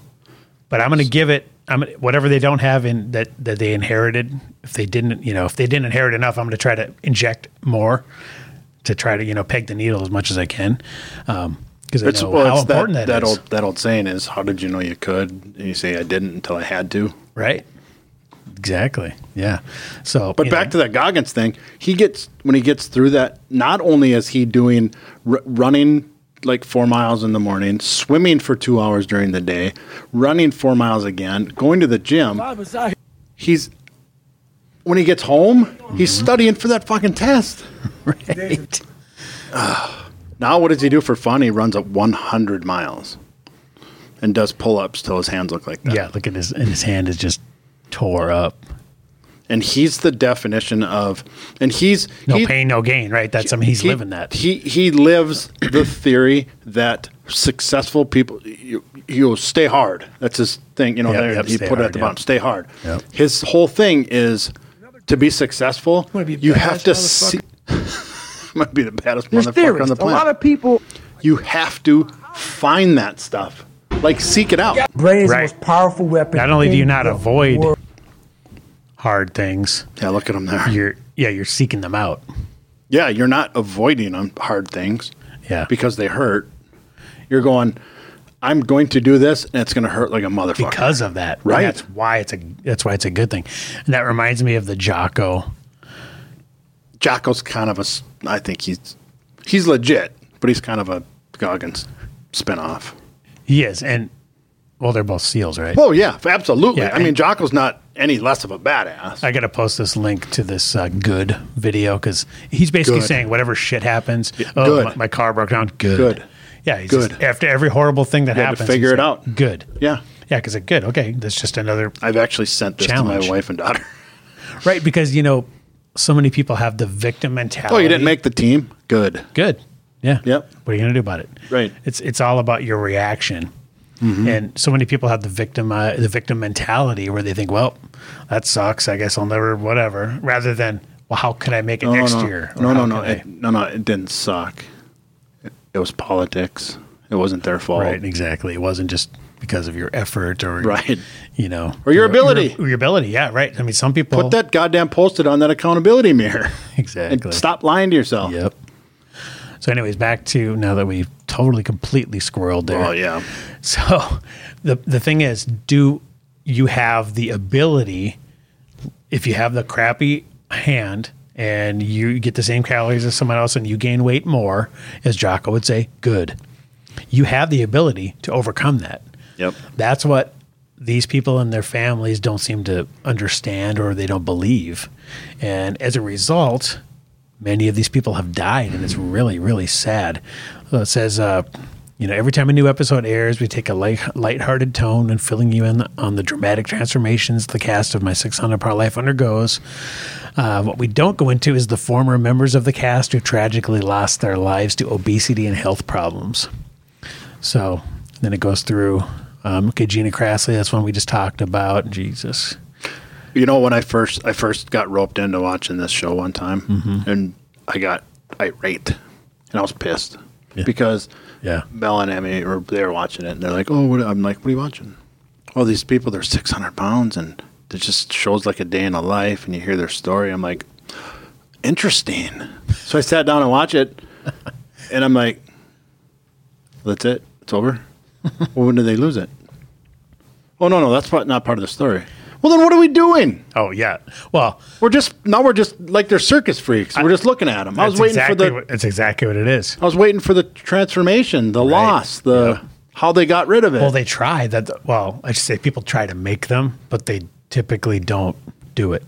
but I'm going to give it. I'm gonna- whatever they don't have in that that they inherited. If they didn't, you know, if they didn't inherit enough, I'm going to try to inject more to try to you know peg the needle as much as I can. Um, because I
it's,
know
well,
how
it's
important
that,
that
that
is,
old that old saying is, "How did you know you could?" And you say, "I didn't until I had to."
right? Exactly. Yeah. So,
But back to that Goggins thing, he gets when he gets through that. Not only is he doing r- running like four miles in the morning, swimming for two hours during the day, running four miles again, going to the gym. He's when he gets home, he's
Mm-hmm.
studying for that fucking test.
right.
Now, what does he do for fun? He runs up 100 miles and does pull ups till his hands look like that.
yeah, look at his and his hand is just tore up.
And he's the definition of, and he's
No
he-
pain, no gain. Right. That's I mean he's
he-
living that.
He he lives the theory that successful people you, you stay hard. That's his thing. You know,
Yep,
there,
yep,
he
stay
put it
hard,
at the
yep.
bottom. Stay hard.
Yep.
His whole thing is to be successful.
wanna be
you
badass
have to
motherfucker.
see. <laughs> might be the baddest
There's
motherfucker on
theorists.
the
A
planet.
lot of people.
you have to find that stuff. Like seek it out.
Brain is
Right.
the most powerful weapon.
Not only do you
in
not
the
avoid
world.
hard things,
Yeah, look at him there.
you're yeah you're seeking them out.
yeah, you're not avoiding um, hard things.
Yeah.
because they hurt. You're going. I'm going to do this, and it's going to hurt like a motherfucker.
because of that. And
Right.
that's why it's a that's why it's a good thing. And that reminds me of the Jocko.
Jocko's kind of a. s- I think he's he's legit, but he's kind of a Goggins spinoff.
He is, and well, they're both seals, right?
Oh yeah, absolutely.
Yeah,
I mean,
and-
Jocko's not any less of a badass.
I gotta post this link to this uh, good video because he's basically
Good.
saying whatever shit happens. oh,
good.
my, my car broke down. Good.
Good.
Yeah. He's
Good.
just- after every horrible thing that
You had to
happens,
figure
he's
it
like,
out.
Good.
yeah,
Yeah, because good. Okay, that's just another
I've actually sent this to
Challenge.
my wife and daughter.
right because you know so many people have the victim mentality.
<laughs> Oh, you didn't make the team. Good.
good. Yeah.
Yep.
What are you gonna do about it?
Right. Mm-hmm.
It's it's all about your reaction. And so many people have the victim uh, the victim mentality where they think, well, that sucks. I guess I'll never whatever. Rather than well, how could I make it
No,
next
no,
year? Or
No, no,
how
no,
could I-
it, no, no. It didn't suck. It, it was politics. It wasn't their fault.
Oh. Right, exactly. It wasn't just because of your effort or
Right.
you know,
Or your ability.
your, your ability. Yeah, right. I mean, some people
Put that goddamn post-it on that accountability <laughs> mirror.
exactly.
And stop lying to yourself.
Yep. So, anyways, back to now that we've totally completely squirreled there.
Oh yeah.
<laughs> So, the the thing is, do you have the ability? If you have the crappy hand and you get the same calories as someone else and you gain weight more, as Jocko would say, good. You have the ability to overcome that.
Yep.
That's what these people and their families don't seem to understand or they don't believe. And as a result, many of these people have died, and it's really, really sad. So it says, uh, you know, every time a new episode airs, we take a light, lighthearted tone and filling you in on the dramatic transformations the cast of My 600 Part Life undergoes. Uh, what we don't go into is the former members of the cast who tragically lost their lives to obesity and health problems. So then it goes through. Um, okay, Gina Crassley, that's one we just talked about. Jesus.
You know when I first I first got roped into watching this show one time, and I got irate, and I was pissed because
Yeah.
Mel and Emmy were they were watching it, and they're like, "Oh, what? I'm like, what are you watching? All these people, they're 600 pounds, and it just shows like a day in a life, and you hear their story. I'm like, interesting. So I sat down and watched <laughs> it, and I'm like, that's it. It's <laughs> over. well, when did they lose it? Oh no, no, that's part, not part of the story. Well, then what are we doing?
Oh, yeah. Well,
We're just now we're just like they're circus freaks. We're just looking at them. I was
that's
waiting
exactly
for the
what, that's exactly what it is.
I was waiting for the transformation, the loss, the how they got rid of it.
Well, they try that. Well, I should say people try to make them, but they typically don't do it.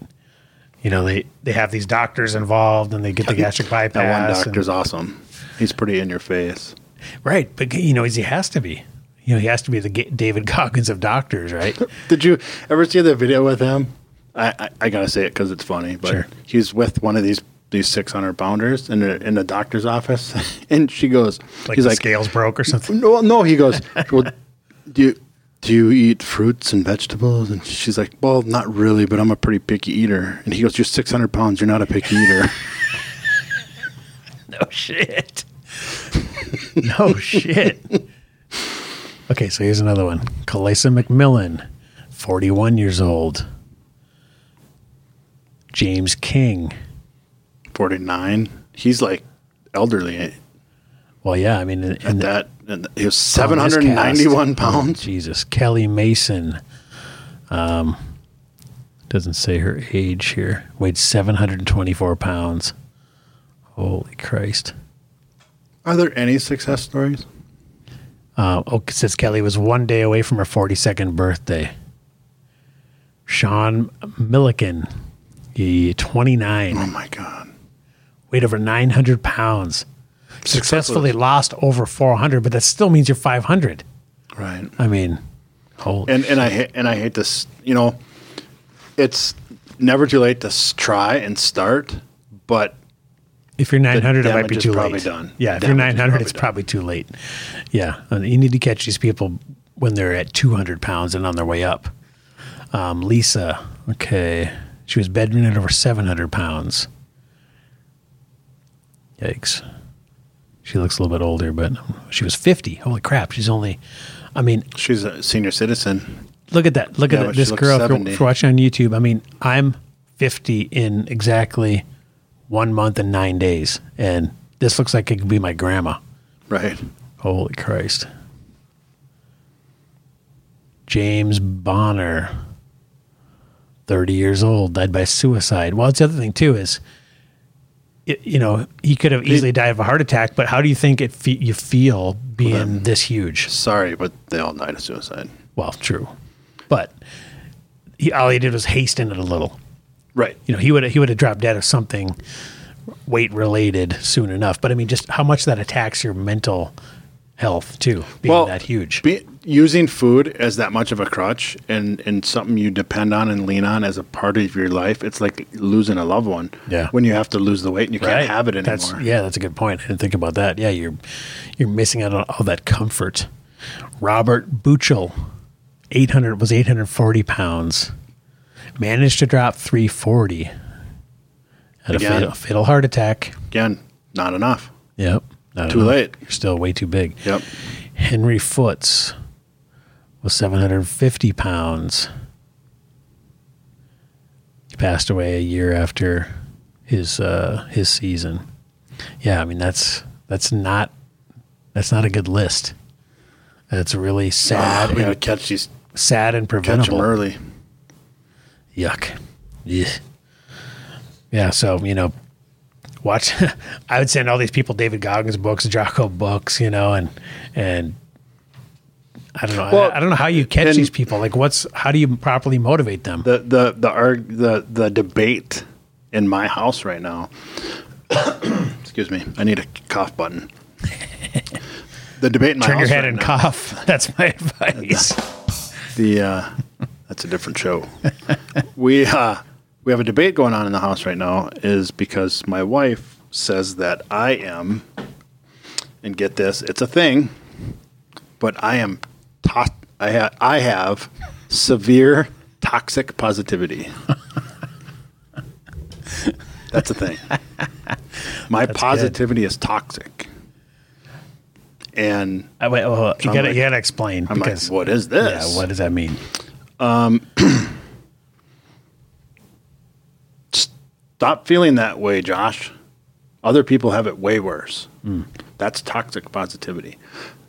You know, they, they have these doctors involved and they get the gastric bypass.
<laughs> that one
and-
doctor's awesome. He's pretty in your face.
right. But, you know, he has to be. You know, he has to be the Ga- David Goggins of doctors,
<laughs>
right?
Did you ever see the video with him? I, I, I gotta say it because it's funny, but
Sure.
he's with one of these these six hundred pounders in the, in the doctor's office, <laughs> and she goes,
Like
he's
the
like,
scales broke or something.
No, no. He goes, well, do you do you eat fruits and vegetables? And she's like, well, not really, but I'm a pretty picky eater. And he goes, you're 600 pounds. You're not a picky eater. <laughs>
<laughs> No shit. no shit. Okay, so here's another one. Kalesa McMillan, 41 years old. James King.
49. He's like elderly at
Well, yeah, I mean, in, in the-
that. And he was
on this
791
cast.
pounds.
Oh, Jesus. Kelly Mason. Um, doesn't say her age here. Weighed 724 pounds. Holy Christ.
Are there any success stories?
Uh, oh, it says Kelly was one day away from her 42nd birthday. Sean Milliken, he 29,
Oh my God.
weighed over 900 pounds. Successfully lost over 400, but that still means you're 500.
Right.
I mean, holy.
And, and I ha- and I hate this, you know, it's never too late to s- try and start, but
if you're 900, it might
damage
be
is
too
probably
late.
done.
Yeah, if
Damage
you're
is
900,
probably
it's
done.
probably too late. Yeah, and you need to catch these people when they're at 200 pounds and on their way up. Um, Lisa, okay, she was bedridden at over 700 pounds. Yikes. She looks a little bit older, but she was 50. Holy crap, she's only, I mean,
she's a senior citizen.
look at that. Look
Yeah,
at that.
but she
this
looks
girl. If you're,
70.
if you're watching on YouTube, I mean, I'm 50 in exactly one month and nine days, and this looks like it could be my grandma.
Right.
Holy Christ! James Bonner, 30 years old, died by suicide. Well, it's the other thing too is. It, you know, he could have easily died of a heart attack, but how do you think it fe- you feel being this huge?
Sorry, but they all died of suicide.
Well, true, but he, all he did was hasten it a little.
Right.
You know, he would he would have dropped dead of something weight related soon enough. But I mean, just how much that attacks your mental health too, being that huge.
Be, using food as that much of a crutch and, and something you depend on and lean on as a part of your life, it's like losing a loved one.
Yeah.
When you have to lose the weight and you
Right.
can't have it anymore.
That's, yeah, that's a good point. I didn't think about that. Yeah, you're you're missing out on all that comfort. Robert Buchel, eight hundred was eight hundred forty pounds, managed to drop three forty. Had a
Again.
fatal, fatal heart attack.
Again, not enough.
Yep. Not
Too
enough.
late.
You're still way too big.
Yep.
Henry Foots was 750 pounds. He passed away a year after his uh, his season. Yeah, I mean that's that's not that's not a good list. That's really sad,
<sighs> Ah, we
and,
gotta catch these,
sad and
catch them
preventable.
early.
Yuck. Yeah. Yeah. So you know, watch. <laughs> I would send all these people David Goggins books, Jocko books, you know, and and I don't know. I-
Well,
I, don't know how you catch
and-
these people. Like, what's how do you properly motivate them?
The the the arg, the the debate in my house right now. <coughs> Excuse me. I need a
<laughs>
cough button. The debate in my
Turn your
house
head
right
and
now-
cough. <laughs> That's my advice.
the uh, that's a different show. <laughs> we uh, we have a debate going on in the house right now. Is because my wife says that I am, and get this, it's a thing, but I am, to- I ha- I have severe toxic positivity. <laughs> that's a thing. My positivity is toxic, and
I wait. Well, you
I'm
gotta
like-
you gotta explain
I'm
because
like, what is
yeah.
this?
What does that mean?
Stop feeling that way, Josh. Other people have it way worse.
Hmm.
That's toxic positivity.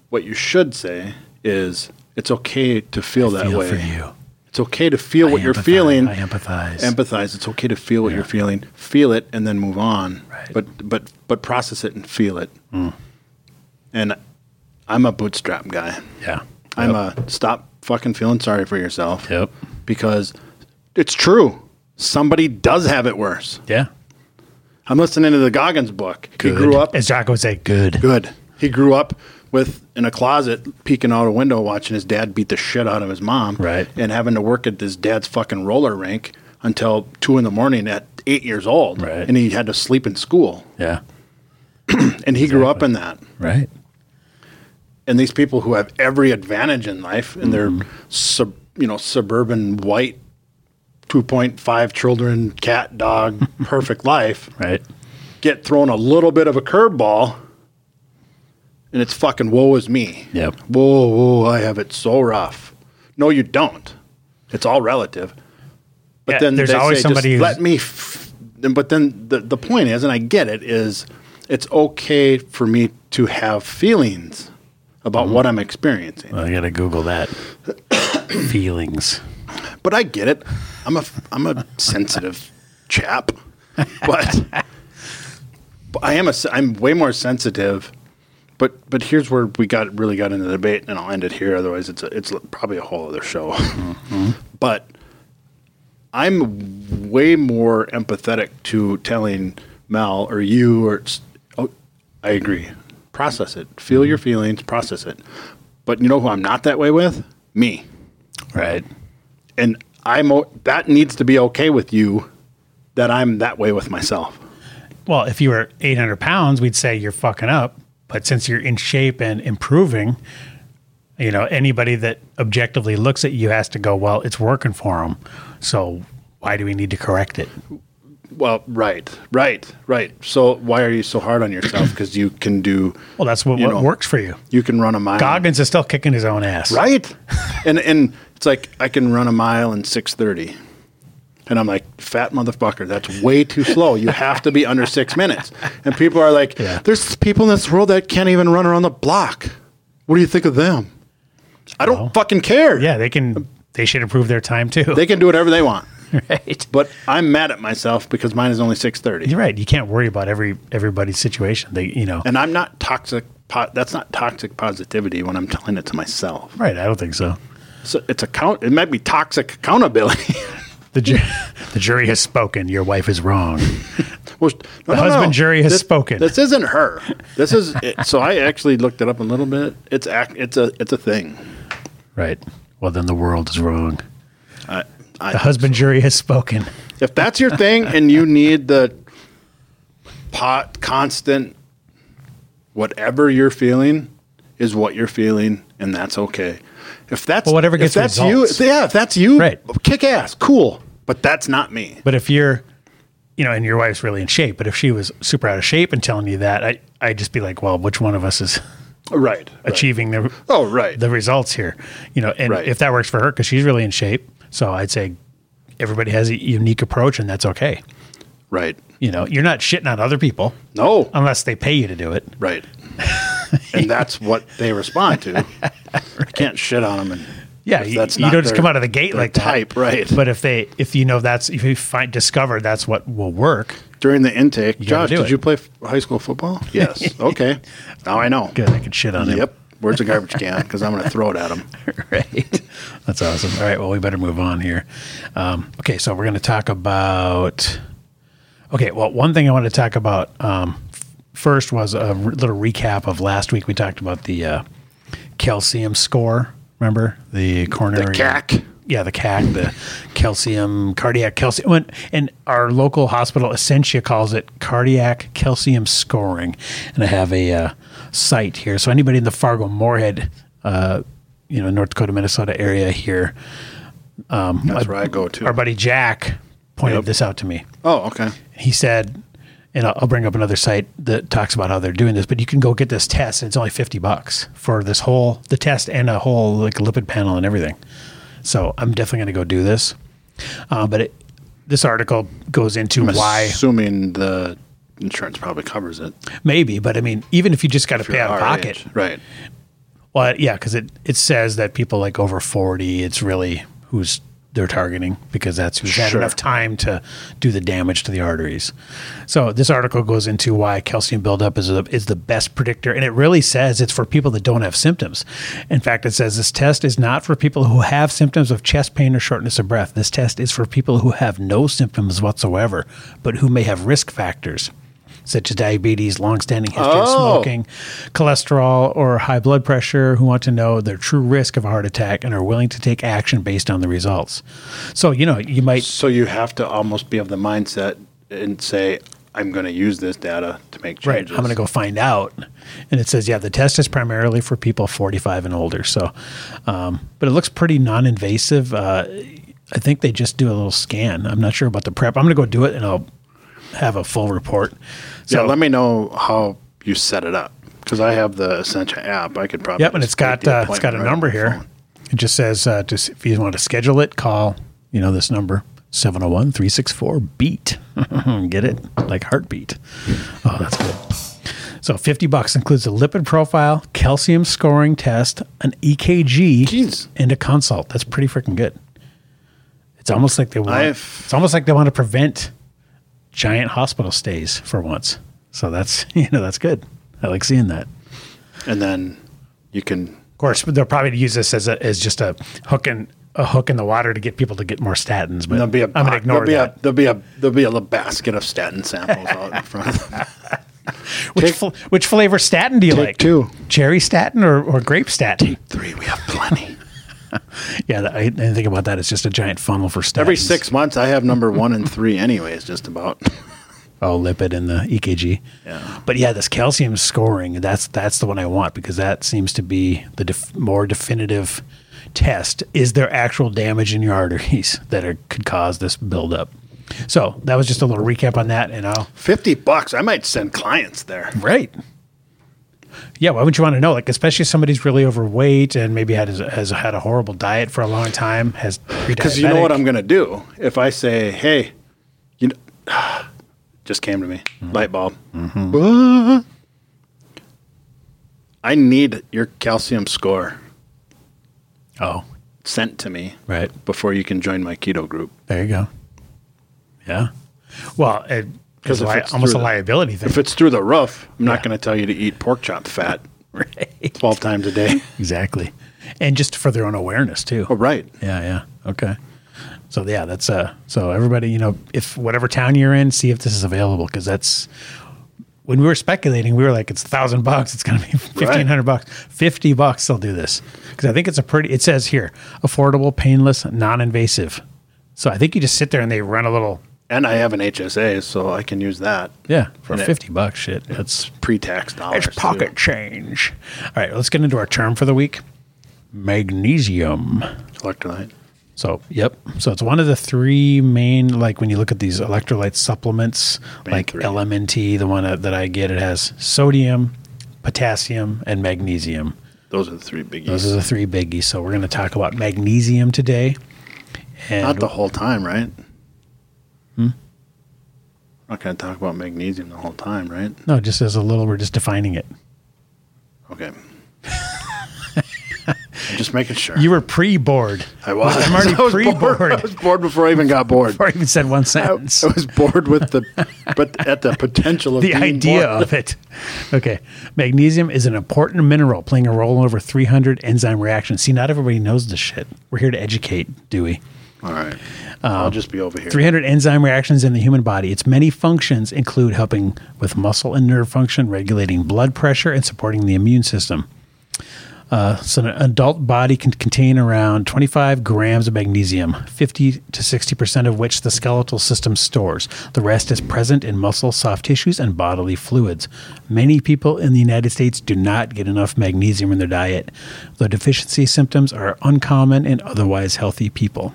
What you should say is it's okay to feel that
Feel
way.
for you.
It's okay to feel what
I
you're
empathize.
feeling.
I empathize.
Empathize. It's okay to feel what you're feeling. Feel it and then move on.
Right. Hmm.
But but but process it and feel it. And I'm a bootstrap guy.
yeah.
I'm a stop fucking feeling sorry for yourself.
Yep.
Because it's true. Somebody does have it worse.
Yeah.
I'm listening to the Goggins book. He grew up
as Jocko would say. Good.
good. He grew up with in a closet peeking out a window watching his dad beat the shit out of his mom.
Right.
And having to work at his dad's fucking roller rink until two in the morning at eight years old.
Right.
And he had to sleep in school.
Yeah.
And he grew up in that.
Right.
And these people who have every advantage in life and
Mm-hmm.
they're sub you know, suburban white two point five children, cat, dog, <laughs> perfect life.
Right.
get thrown a little bit of a curveball, and it's fucking woe is me.
Yep.
Whoa, whoa, I have it so rough. No, you don't. It's all relative. But
Yeah,
then
there's
they
always
say,
somebody who's-
Just let me. F-. But then the the point is, and I get it, is it's okay for me to have feelings about what I'm experiencing.
I gotta Google that. <coughs> Feelings.
But I get it. I'm a I'm a sensitive chap, but, but I am a se- I'm way more sensitive. But but here's where we got really got into the debate, and I'll end it here. Otherwise, it's a, it's probably a whole other show. But I'm way more empathetic to telling Mal or you or s- oh, I agree. Process it. Feel your feelings. Process it. But you know who I'm not that way with? Me
Right.
and I'm o- that needs to be okay with you that I'm that way with myself.
Well, if you were 800 pounds, we'd say you're fucking up. But since you're in shape and improving, you know, anybody that objectively looks at you has to go, well, it's working for them. So why do we need to correct it?
Well, right, right, right. So why are you so hard on yourself? Because you can do,
Well, that's what,
You
what
know,
works for you.
you can run a mile,
Goggins is still kicking his own ass.
<laughs> right? and and it's like I can run a mile in six thirty, and I'm like, fat motherfucker, that's way too slow. You have to be under six minutes. And people are like,
Yeah.
there's people in this world that can't even run around the block. What do you think of them? I don't fucking care.
Yeah, they can, they should improve their time too.
they can do whatever they want.
right.
But I'm mad at myself because mine is only
<laughs>
6:30.
You're right. You can't worry about every everybody's situation. They, you know,
And I'm not toxic po- that's not toxic positivity when I'm telling it to myself.
right. I don't think so.
So it's account it might be toxic accountability. <laughs>
The, ju- <laughs> the jury has spoken. Your wife is wrong.
Well, no, no,
husband
no.
jury has
This-
spoken.
This isn't her. This is it. so I actually looked it up a little bit. It's act, it's a it's a thing.
Right. Well, then the world is wrong.
I,
The
I,
husband jury has spoken.
if that's your thing and you need the pot constant whatever you're feeling is what you're feeling and that's okay if that's
Well, whatever gets
if that's
results.
you yeah if that's you
Right.
kick ass cool but that's not me
But if you're you know, and your wife's really in shape. But if she was super out of shape and telling you that, I, I'd just be like, well, which one of us is
<laughs> Right.
achieving the
Oh, right.
the results here? You know, and
Right.
if that works for her because she's really in shape, so I'd say everybody has a unique approach, and that's okay.
right.
You know, you're not shitting on other people
No.
unless they pay you to do it.
right. and that's what they
<laughs>
respond to. I can't shit on them. And
Yeah, you,
if
you don't just
their-
come out of the gate
their
like that.
type, right?
But if they, if you know that's, if you find discover that's what will work,
during the intake,
gotta
Josh,
do
did
it.
you play f- high school
<laughs>
football? Yes. okay. Now I know.
good. I can shit on him.
Yep. Where's the garbage can? Because I'm going to throw it at them.
<laughs> right. That's awesome. All right. Well, we better move on here. Um, okay. So we're going to talk about. Okay. Well, one thing I want to talk about um, f- first was a r- little recap of last week. We talked about the uh, calcium score. Remember the coronary
CAC.
Yeah, the CAC, the calcium, cardiac calcium, and- and our local hospital Essentia calls it cardiac calcium scoring. And I have a uh, site here, so anybody in the Fargo Moorhead, uh, you know, North Dakota, Minnesota area here, um,
That's where I go to.
our buddy Jack pointed
Yep.
this out to me.
oh, okay.
He said, and I'll I'll bring up another site that talks about how they're doing this, but you can go get this test, and it's only fifty bucks for this whole the test and a whole like lipid panel and everything. So I'm definitely going to go do this. Uh, but it, this article goes into why
Assuming the insurance probably covers it.
maybe, but I mean, even if you just got to
If you're
pay out of
our
pocket,
age. Right.
Well, yeah, because it, it says that people like over 40, it's really who's they're targeting because that's who's had
Sure.
enough time to do the damage to the arteries. So this article goes into why calcium buildup is, a, is the best predictor. And it really says it's for people that don't have symptoms. In fact, it says this test is not for people who have symptoms of chest pain or shortness of breath. This test is for people who have no symptoms whatsoever, but who may have risk factors. Such as diabetes, longstanding history of
Oh.
smoking, cholesterol or high blood pressure who want to know their true risk of a heart attack and are willing to take action based on the results. So, you know, you might,
So you have to almost be of the mindset and say, I'm going to use this data to make
right,
changes.
I'm going to go find out. And it says, yeah, the test is primarily for people 45 and older. So, um, but it looks pretty non invasive. Uh, I think they just do a little scan. I'm not sure about the prep. I'm going to go do it and I'll have a full report.
yeah, let me know how you set it up because I have the Essentia app. I could probably.
Yep, and it's
just
got
make the
uh, it's got a
appointment right
number
on my
here.
phone.
It just says uh, just if you want to schedule it, call you know this number 701-364 beat. E <laughs> Get it? Like heartbeat. Oh, that's good. So 50 bucks includes a lipid profile, calcium scoring test, an EKG,
Jeez.
and a consult. That's pretty freaking good. It's almost like they want
I've-
it's almost like they want to prevent giant hospital stays for once. So that's <laughs> you know that's good. I like seeing that.
and then you can.
Of course, they'll probably use this as a, as just a hook in a hook in the water to get people to get more statins. But
There'll be a.
I'm gonna
bo-
ignore
there'll be
that.
A, there'll be a. There'll be a little basket of statin samples out in front of them.
which
take-
fl- which flavor statin do you
Take
like?
two.
cherry statin or, or grape statin? <laughs>
Three, we have plenty.
Yeah, I I didn't think about that. It's just a giant funnel for statins.
Every six months, I have number one and three, anyways. Just about. <laughs>
Oh, lipid and the EKG.
Yeah.
But yeah, this calcium scoring, that's that's the one I want because that seems to be the def- more definitive test. Is there actual damage in your arteries <laughs> that are, could cause this buildup? So that was just a little recap on that, and I'll
Fifty bucks. I might send clients there.
Right. Yeah, why would you want to know? Like, especially if somebody's really overweight and maybe had has had a horrible diet for a long time, has
Because you know what I'm going to do if I say, "Hey, you know, <sighs> just came to me,
Mm-hmm.
light bulb." Ah. I need your calcium score
Oh,
sent to me
right.
before you can join my keto group.
There you go. Yeah. Well, it, because
if
li-
it's
almost a
through the-
liability thing.
If it's through the roof, I'm
Yeah.
not going to tell you to eat pork
<laughs>
chop fat twelve times a day.
Exactly. And just for their own awareness too.
Oh, right.
Yeah, yeah. Okay. So yeah, that's uh so everybody, you know, if whatever town you're in, see if this is available because that's when we were speculating, we were like, it's a thousand bucks, it's gonna <laughs> be fifteen hundred bucks. Fifty bucks they'll do this. Because I think it's a pretty it says here, affordable, painless, non invasive. So I think you just sit there and they run a little
And I have an HSA, so I can use that
Yeah. For
And it-
fifty bucks, shit. That's
pre-tax dollars.
It's pocket
too.
change. All right, let's get into our term for the week. Magnesium.
electrolyte.
So, yep. So it's one of the three main, like when you look at these electrolyte supplements,
Main
like
three.
LMNT, the one uh, that that I get, it has sodium, potassium, and magnesium.
Those are the three biggies.
Those are the three biggies. So we're going to talk about magnesium today. And
Not the whole time, right? Hmm?
Hmm?
Not going to talk about magnesium the whole time, right?
no, just as a little, we're just defining it. <laughs>
Okay. I'm just making sure.
You were pre-bored. <laughs>
I was. <laughs>
I'm already
I was
pre-bored.
bored. I was bored before I even got bored.
Before I even said one
I, I
sentence.
was bored with the, but at the potential
<laughs>
of
the
being
idea
bored.
of it. Okay. Magnesium is an important mineral playing a role in over 300 enzyme reactions. See, not everybody knows this shit. We're here to educate, Dewey.
All right. I'll just be over here.
300 enzyme reactions in the human body. Its many functions include helping with muscle and nerve function, regulating blood pressure, and supporting the immune system. Uh, so, an adult body can contain around 25 grams of magnesium, 50 to 60 percent of which the skeletal system stores. The rest is present in muscle, soft tissues, and bodily fluids. Many people in the United States do not get enough magnesium in their diet, though deficiency symptoms are uncommon in otherwise healthy people.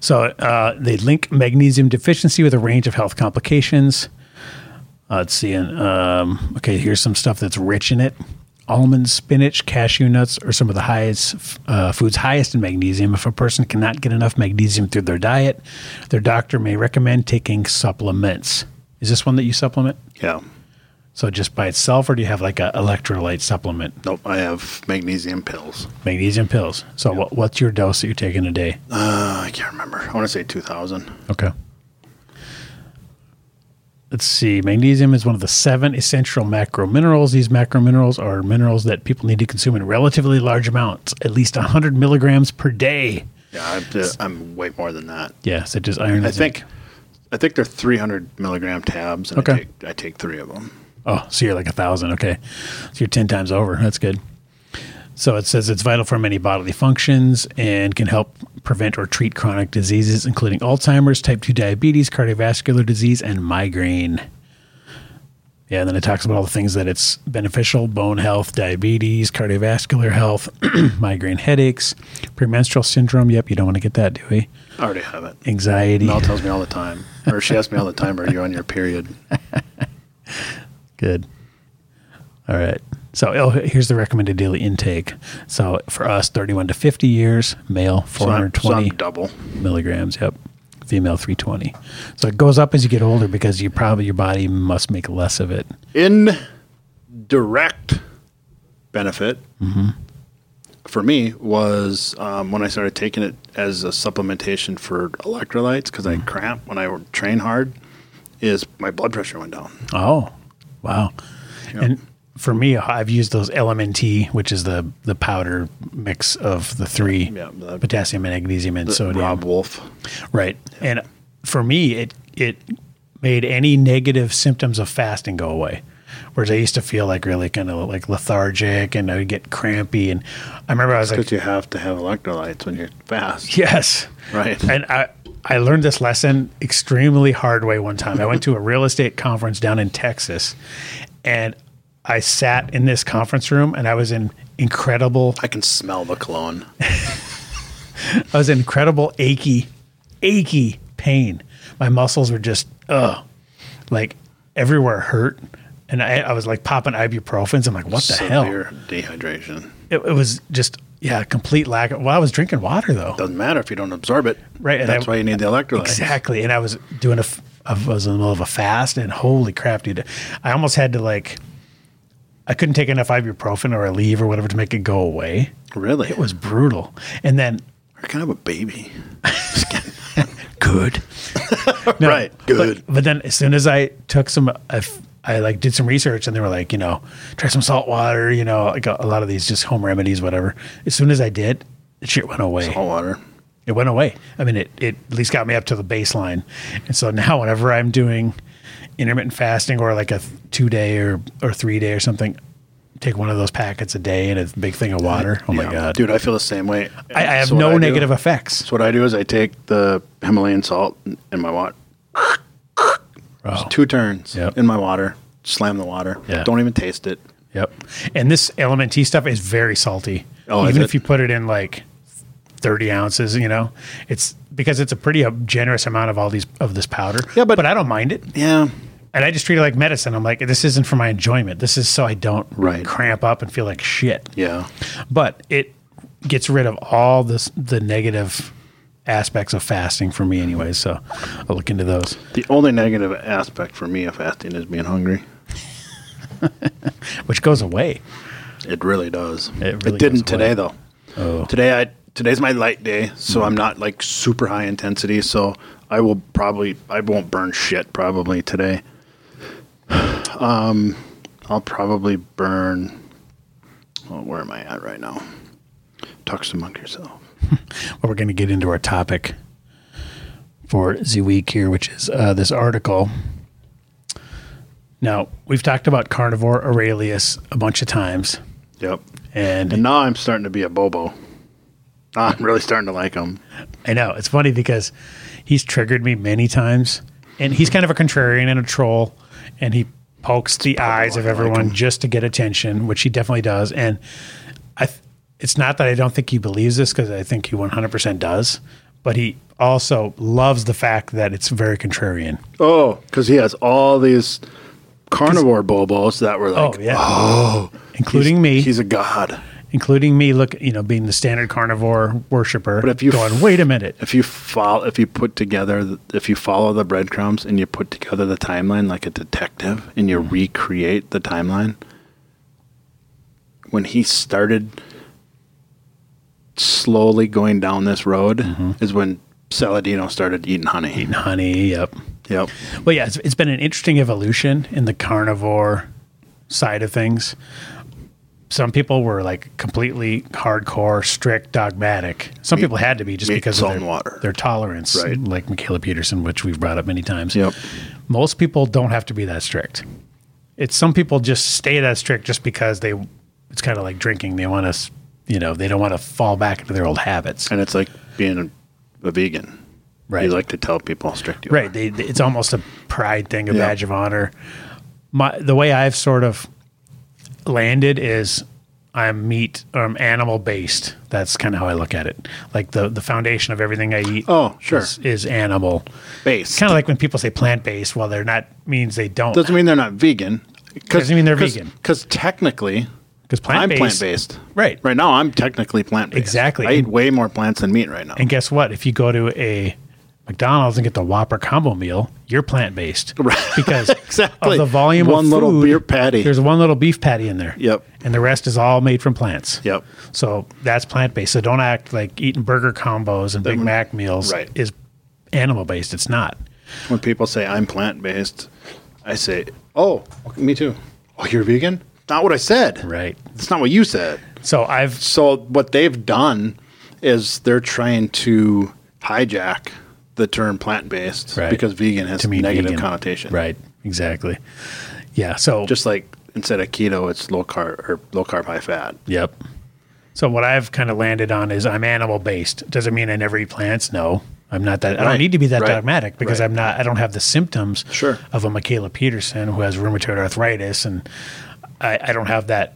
So uh, they link magnesium deficiency with a range of health complications. Uh, let's see. And, um, okay, here's some stuff that's rich in it. Almonds, spinach, cashew nuts are some of the highest uh, foods highest in magnesium. If a person cannot get enough magnesium through their diet, their doctor may recommend taking supplements. Is this one that you supplement?
yeah.
So just by itself, or do you have like a electrolyte supplement,
Nope. I have magnesium pills.
magnesium pills? So what, what's your dose that you take in a day?
Uh, I can't remember. I want to say 2,000.
Okay. Let's see. Magnesium is one of the seven essential macro minerals. These macro minerals are minerals that people need to consume in relatively large amounts, at least 100 milligrams per day.
Yeah, I'm, I'm way more than that.
Yeah, such as iron.
I
and zinc.
think, I think they're 300 milligram tabs. And I
Okay.
take, I take three of them.
Oh, so you're like a thousand. Okay. So you're 10 times over. That's good. So it says it's vital for many bodily functions and can help prevent or treat chronic diseases, including Alzheimer's, type 2 diabetes, cardiovascular disease, and migraine. Yeah, and then it talks about all the things that it's beneficial bone health, diabetes, cardiovascular health, <clears throat> migraine headaches, premenstrual syndrome. Yep, you don't want to get that, do we?
I already have it.
Anxiety.
Mel tells me all the time, or she asks me all the time, "Are you on your <laughs> period?"
Good. All right. So oh, here's the recommended daily intake. So for us, 31 to 50 years, male
So I'm, so I'm
420
double.
milligrams. Yep. Female 320. So it goes up as you get older because you probably your body must make less of it.
In direct benefit
Mm-hmm.
for me was um, when I started taking it as a supplementation for electrolytes because
Mm.
I cramp when I train hard. Is my blood pressure went down?
Oh, wow.
Yep.
And for me, I've used those LMNT, which is the the powder mix of the three
Yeah, the-
potassium and magnesium and sodium.
Rob Wolf.
Right. And for me, it it made any negative symptoms of fasting go away. Whereas I used to feel like really kind of like lethargic and I would get crampy. And I remember I was like,
Because you have to have electrolytes when you're fast,
yes.
right?
And I, I learned this lesson extremely hard way one time. I went to a real estate conference down in Texas and I sat in this conference room and I was in incredible
I can smell the cologne.
I was in incredible achy, achy pain. My muscles were just ugh, like everywhere hurt, and I, I was like popping ibuprofens. I'm like, what the hell?
Severe dehydration.
It, it was just yeah, complete lack. of Well, I was drinking water though,
Doesn't matter if you don't absorb it.
Right, and
That's
I-
why you need the electrolytes.
exactly, and I was doing a, f- I was in the middle of a fast, and holy crap, dude, I almost had to like, I couldn't take enough ibuprofen or Aleve or whatever to make it go away.
Really?
It was brutal, and then
You're kind of a baby. <laughs>
good.
right. Good.
But, but then as soon as I took some, I, f- I, like did some research and they were like, you know, try some salt water, you know, like a, a lot of these just home remedies, whatever. As soon as I did, the shit went away.
Hot water.
It went away. I mean, it, it at least got me up to the baseline. And so now whenever I'm doing intermittent fasting or like a th- two day or, or three day or something, take one of those packets a day and a big thing of water. Oh my
Yeah.
God.
Dude, I feel the same way.
I, I have
So what
no
do.
negative effects.
So what I do is I take the Himalayan salt in my water.
Wow.
Two turns
Yep.
in my water. Slam the water.
Yeah.
Don't even taste it.
Yep. And this element tea stuff is very salty.
Oh, is
Even
it?
if you put it in like 30 ounces, you know, it's because it's a pretty uh, generous amount of all these, of this powder.
Yeah, but-
but I don't mind it.
Yeah.
And I just treat it like medicine. I'm like, this isn't for my enjoyment. This is so I don't
Right.
cramp up and feel like shit.
Yeah.
But it gets rid of all this, the negative aspects of fasting for me anyway. So I'll look into those.
The only negative aspect for me of fasting is being hungry.
which goes away.
It really does.
It really
didn't
goes away. Oh.
today though. Today I today's my light day, so
Mm.
I'm not like super high intensity, so I will probably I won't burn shit probably today. <sighs> Um I'll probably burn well, where am I at right now? Talk some monk yourself.
But we're going to get into our topic for the week here, which is uh, this article. Now, we've talked about Carnivore Aurelius a bunch of times,
Yep.
and
And now I'm starting to be a bobo. Now I'm really starting to like him.
I know it's funny because he's triggered me many times, and he's kind of a contrarian and a troll, and he pokes the eyes of
why I like
everyone
him.
just to get attention, which he definitely does. And I, th- it's not that I don't think he believes this because I think he 100% does, but he also loves the fact that it's very contrarian.
Oh, because he has all these carnivore bobos that were like,
oh yeah, including me,
He's a god.
including me. Look, you know, being the standard carnivore worshiper, but
if you-
going, wait a minute,
If you follow, if you put together, the, if you follow the breadcrumbs and you put together the timeline like a detective and you recreate the timeline, when he started slowly going down this road
Mm-hmm.
is when Saladino started eating honey.
honey, yep.
Yep.
Well, yeah, it's, it's been an interesting evolution in the carnivore side of things. Some people were like completely hardcore, strict, dogmatic. Some people had to be just
meat,
because
salt,
of
and
their,
water.
their tolerance,
Right.
like Michaela Peterson, which we've brought up many times.
Yep.
Most people don't have to be that strict. It's some people just stay that strict just because they. It's kind of like drinking. They want to, you know, they don't want to fall back into their old habits.
And it's like being a, a vegan.
Right.
You like to tell people how strict you are.
Right. They, they- it's almost a pride thing, a
Yeah.
badge of honor. My the way I've sort of landed is I'm meat, um, animal based. That's kind of how I look at it. Like the the foundation of everything I eat.
Oh, sure.
Is, is animal.
Base.
It's kind of like when people say plant based. Well, they're not means they don't.
Doesn't mean they're not vegan.
Doesn't mean they're
cause,
vegan.
Because technically,
Because plant
I'm plant
based.
based.
Right.
Right now, I'm technically plant based.
Exactly.
I eat way more plants than meat right now.
And guess what? If you go to a McDonald's and get the Whopper combo meal, you're plant based, right? <laughs> Because
<laughs> Exactly.
of the volume
One
of
little
food,
beer patty.
There's one little beef patty in there.
Yep.
And the rest is all made from plants.
Yep.
So that's plant based. So don't act like eating burger combos and Big Mac meals
right.
is animal based. It's not.
When people say I'm plant based, I say, oh, okay, me too. Oh, you're vegan? Not what I said.
Right.
That's not what you said.
So I've
So, what they've done is they're trying to hijack the term plant based
Right.
because vegan has
to me
negative
vegan.
connotation.
Right. Exactly. Yeah. So
Just like instead of keto, it's low carb or low carb high fat.
Yep. So what I've kind of landed on is I'm animal based. Does it mean I never eat plants? No. I'm not that. I
Right.
don't need to be that
Right.
dogmatic because
Right.
I'm not. I don't have the symptoms
Sure.
of a Michaela Peterson who has rheumatoid arthritis, and I, I don't have that.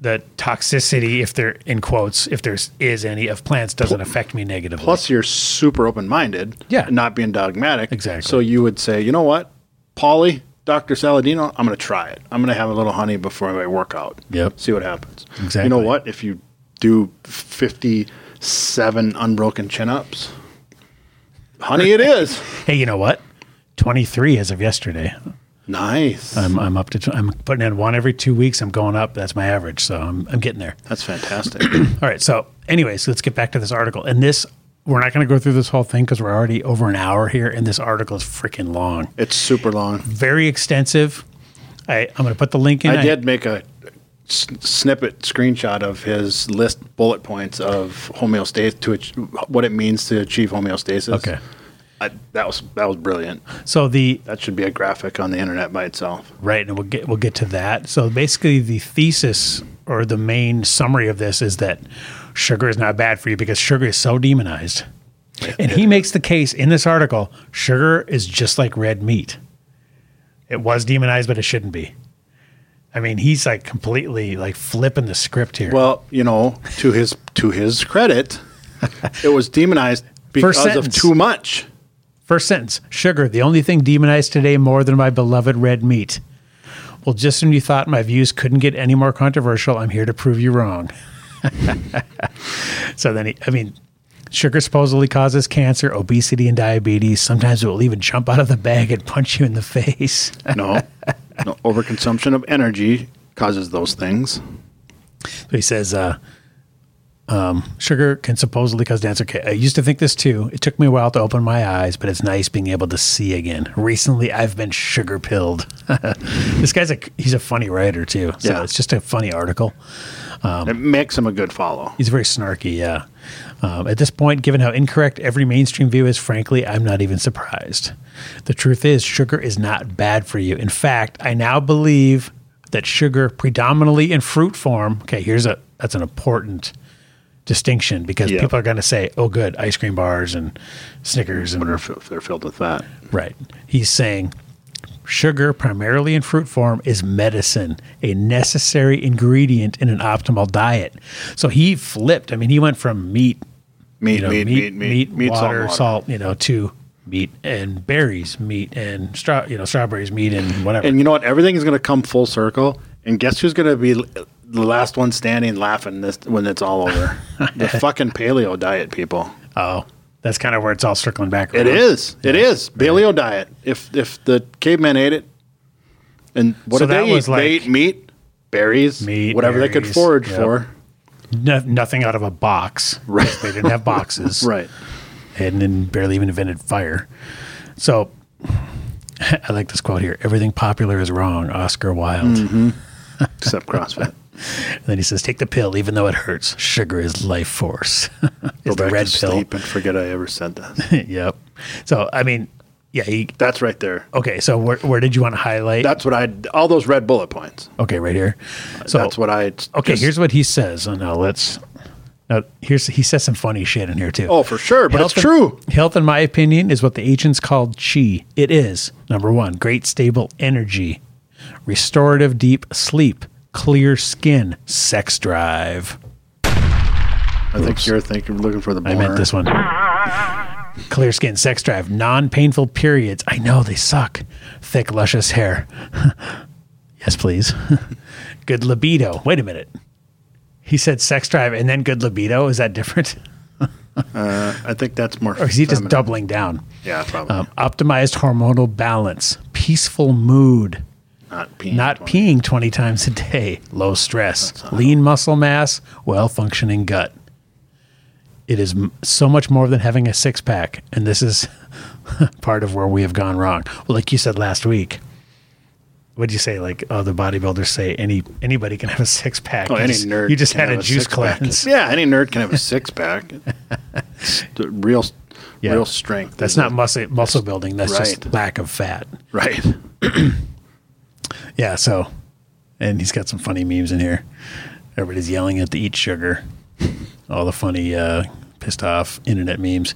The toxicity, if there in quotes, if there is any of plants, doesn't affect me negatively.
Plus, you're super open minded.
Yeah.
Not being dogmatic.
Exactly.
So you would say, you know what, Polly, Dr. Saladino, I'm going to try it. I'm going to have a little honey before I work out.
Yep.
See what happens. You know
Exactly.
what? If you do 57 unbroken chin ups, honey,
<laughs>
it is.
hey, you know what? 23 as of yesterday.
Nice.
I'm, I'm up to. Tw- I'm putting in one every two weeks. I'm going up. That's my average. So I'm, I'm getting there.
That's fantastic.
All right. So, anyways, let's get back to this article. And this, we're not going to go through this whole thing because we're already over an hour here, and this article is freaking long,
it's super long.
very extensive. I, I'm going to put the link in.
I did make a s- snippet screenshot of his list bullet points of homeostasis to ach- what it means to achieve homeostasis.
Okay.
I, that was that was brilliant.
So the
That should be a graphic on the internet by itself.
right, and we'll get we'll get to that. So basically, the thesis or the main summary of this is that sugar is not bad for you because sugar is so demonized. And he makes the case in this article: sugar is just like red meat. It was demonized, but it shouldn't be. I mean, he's like completely like flipping the script here. <laughs>
Well, you know, to his to his credit, It was demonized because of
sentence.
too much.
First sentence Sugar, the only thing demonized today more than my beloved red meat. Well, just when you thought my views couldn't get any more controversial, I'm here to prove you wrong. <laughs> so then, he, I mean, sugar supposedly causes cancer, obesity, and diabetes. Sometimes it will even jump out of the bag and punch you in the <laughs> face.
No, no. Overconsumption of energy causes those things.
But he says, uh, um, sugar can supposedly cause cancer. Okay, I used to think this too. It took me a while to open my eyes, but it's nice being able to see again. Recently, I've been sugar pilled. <laughs> this guy's a he's a funny writer too. So
Yeah.
it's just a funny article. Um,
it makes him a good follow.
He's very snarky. Yeah. Um, at this point, given how incorrect every mainstream view is, frankly, I'm not even surprised. The truth is, sugar is not bad for you. In fact, I now believe that sugar, predominantly in fruit form, okay, here's a that's an important distinction because
Yeah.
people are going to say, "Oh, good, ice cream bars and Snickers and
They're, fi- they're filled with fat.
Right. He's saying sugar, primarily in fruit form, is medicine, a necessary ingredient in an optimal diet. So he flipped. I mean, he went from meat,
Meat,
you know,
meat, meat, meat, meat,
water,
salt, water.
salt, you know, to meat and berries, meat and straw, you know, strawberries, meat and whatever.
And you know what? Everything is going to come full circle. And guess who's going to be l- the last one standing laughing this when it's all
<laughs>
over? the fucking paleo diet, people.
oh, that's kind of where it's all circling back.
It
around.
is. It is paleo diet. If if the caveman ate it, and what
So
did
that
they
was
eat? they
like-
ate meat, berries,
Meat,
whatever they could
berries,
forage
yep.
for.
No, nothing out of a box.
Right.
They didn't have boxes.
<laughs> Right.
and then barely even invented fire. So <laughs> I like this quote here everything popular is wrong, Oscar Wilde.
Mm-hmm.
<laughs>
Except CrossFit.
And then he says, take the pill, even though it hurts. Sugar is life force. <laughs>
Go
it's the
back
red
to
pill.
sleep and forget I ever said that.
<laughs> yep. So, I mean, yeah. He,
That's right there.
okay. So, where, where did you want to highlight?
That's what I. All those red bullet points.
okay, right here. So,
That's what I.
okay,
just-
here's what he says. And now let's. Now, here's he says some funny shit in here too.
Oh, for sure, but it's
Health in-
true.
Health, in my opinion, is what the ancients called chi. It is number one, great stable energy, restorative deep sleep, clear skin, sex drive.
I think you're thinking, looking for the.
I
Boner.
meant this one. Clear skin, sex drive, non painful periods. I know they suck. Thick, luscious hair. <laughs> yes, please. <laughs> good libido. Wait a minute. He said sex drive and then good libido. Is that different? <laughs>
I think that's more.
Or is he just
feminine.
doubling down?
Yeah, probably
Um, optimized hormonal balance, peaceful mood,
not peeing.
not
Twenty.
peeing 20 times a day, low stress, lean muscle mass, well functioning gut. It is m- so much more than having a six pack. And this is <laughs> part of where we have gone wrong. Well, like you said last week, what do you say? Like, oh, the bodybuilders say any anybody can have a six pack.
Oh,
you
any
just,
nerd.
You just
can
had a
have
juice
six-pack.
cleanse.
<laughs> Yeah, any nerd can have a six
<laughs>
pack. It's the real,
Yeah.
real strength.
That's
is
not
it?
muscle, muscle building. That's just
Right.
lack of fat.
right.
<laughs> Yeah, so and he's got some funny memes in here. Everybody's yelling at the eat sugar. All the funny uh pissed off internet memes.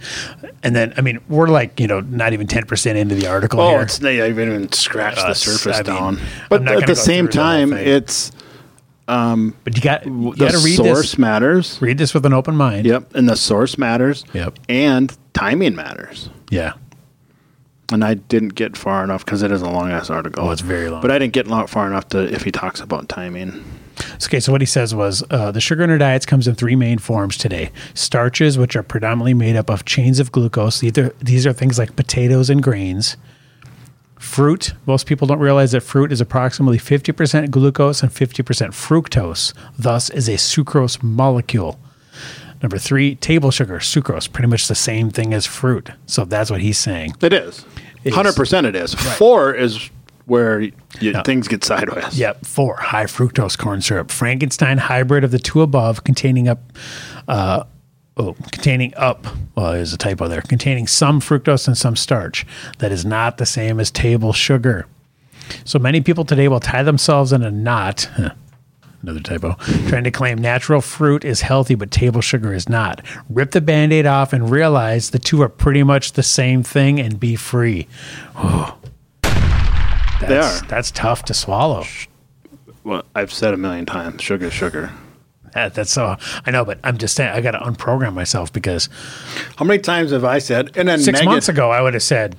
And then I mean, we're like, you know, not even 10% into the article
Oh,
here.
it's they haven't even scratched the
Us,
surface
I mean,
down.
I'm
But
not
at
gonna go
the same
through the whole
time,
thing.
it's
but you got you
the
got to read
source
this.
matters.
Read this with an open mind.
Yep, and the source matters.
Yep.
and timing matters.
Yeah.
And I didn't get far enough because it is a long ass article.
Oh, it's very long.
But I didn't get lo- far enough to if he talks about timing.
Okay, so what he says was uh, the sugar in our diets comes in three main forms today: starches, which are predominantly made up of chains of glucose. These are, these are things like potatoes and grains. Fruit. Most people don't realize that fruit is approximately 50% glucose and 50% fructose, thus is a sucrose molecule. Number three, table sugar, sucrose, pretty much the same thing as fruit. So that's what he's saying.
It is.
It is.
Hundred percent, it is. Four is where you,
Yeah.
things get sideways.
Yep. Four, high fructose corn syrup. Frankenstein hybrid of the two above containing up, uh, oh, containing up, well, there's a typo there, containing some fructose and some starch. That is not the same as table sugar. So many people today will tie themselves in a knot. huh, Another typo. Trying to claim natural fruit is healthy, but table sugar is not. Rip the band aid off and realize the two are pretty much the same thing and be free. Oh. That's,
are.
That's tough to swallow.
Well, I've said a million times, sugar, sugar.
That, that's so I know, but I'm just saying I got to unprogram myself because
How many times have I said? And then
six
Megan,
months ago I would have said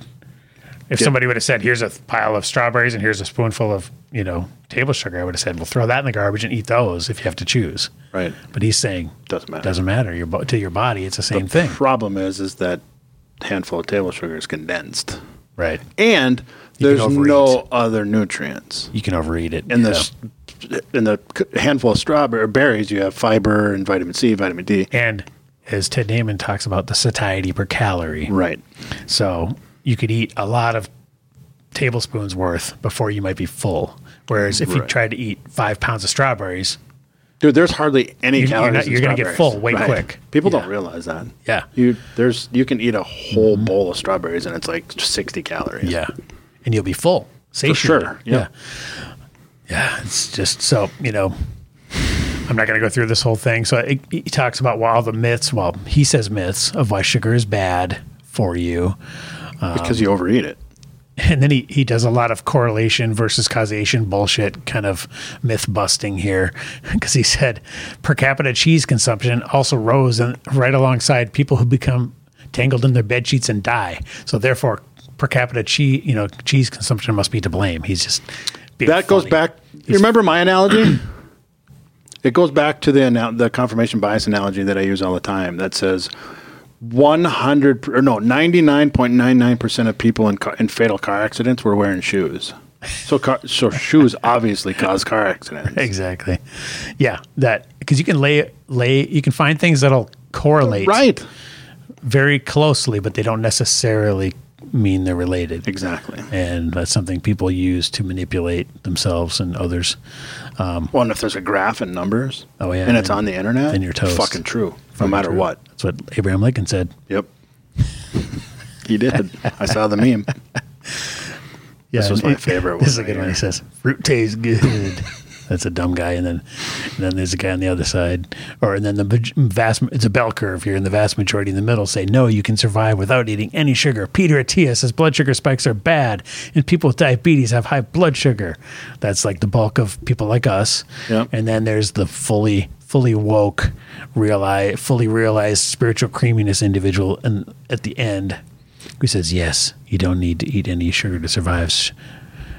if
Yeah.
somebody would have said here's a th- pile of strawberries and here's a spoonful of you know table sugar I would have said well throw that in the garbage and eat those if you have to choose.
Right.
But he's saying
Doesn't matter.
Doesn't matter. Your bo- to your body, it's the same thing.
Problem is, is that handful of table sugar is condensed,
Right.
and
You can
there's
overeat.
no other nutrients
You can overeat it.
in
yeah.
this. In the c- handful of strawberry or berries, you have fiber and vitamin C, vitamin D.
And as Ted Damon talks about the satiety per calorie.
Right.
So you could eat a lot of tablespoons worth before you might be full. Whereas if you
Right.
tried to eat five pounds of strawberries,
Dude, there's hardly any
You're- you're
calories.
not-
in
you're gonna get
strawberries.
full way quick.
People
Yeah.
don't realize that.
Yeah. Mm-hmm.
You there's you can eat a whole bowl of strawberries and it's like 60 calories.
yeah, and you'll be full, satiated.
sure, yeah.
Yeah. Yeah. It's just so you know. I'm not going to go through this whole thing. So it, he talks about well, all the myths. Well, he says myths of why sugar is bad for you.
because you overeat it.
and then he, he does a lot of correlation versus causation bullshit kind of myth busting here <laughs> because he said per capita cheese consumption also rose and right alongside people who become tangled in their bed sheets and die so therefore per capita cheese you know cheese consumption must be to blame he's just being
That goes
funny.
back. You remember my analogy? it goes back to the ana- the confirmation bias analogy that I use all the time. That says 100 per- or no 99.99 percent of people in car, in fatal car accidents were wearing shoes. So car, so shoes obviously cause car
<laughs>
accidents.
exactly yeah that because you can lay lay you can find things that'll correlate
Right.
very closely but they don't necessarily mean they're related
Exactly.
and that's something people use to manipulate themselves and others.
Well, and if there's a graph and numbers,
Oh, yeah,
and it's
then-
on the internet,
then you're toast.
Fucking true,
Fucking
no matter
true.
what.
That's what Abraham Lincoln said.
Yep. <laughs> he did. I saw the meme.
Yeah,
was my
<laughs>
favorite
This is a
one
good
right
one. He
here.
says, "Fruit tastes
<laughs>
good." That's a dumb guy, and then and then there's a guy on the other side, or and then the maj- vast it's a bell curve here, and the vast majority in the middle say, "No, you can survive without eating any sugar." Peter Attia says blood sugar spikes are bad, and people with diabetes have high blood sugar. That's like the bulk of people like us.
Yeah.
And then there's the fully fully woke, realize fully realized spiritual creaminess individual, and at the end, who says, Yes, you don't need to eat any sugar to survive. Sh-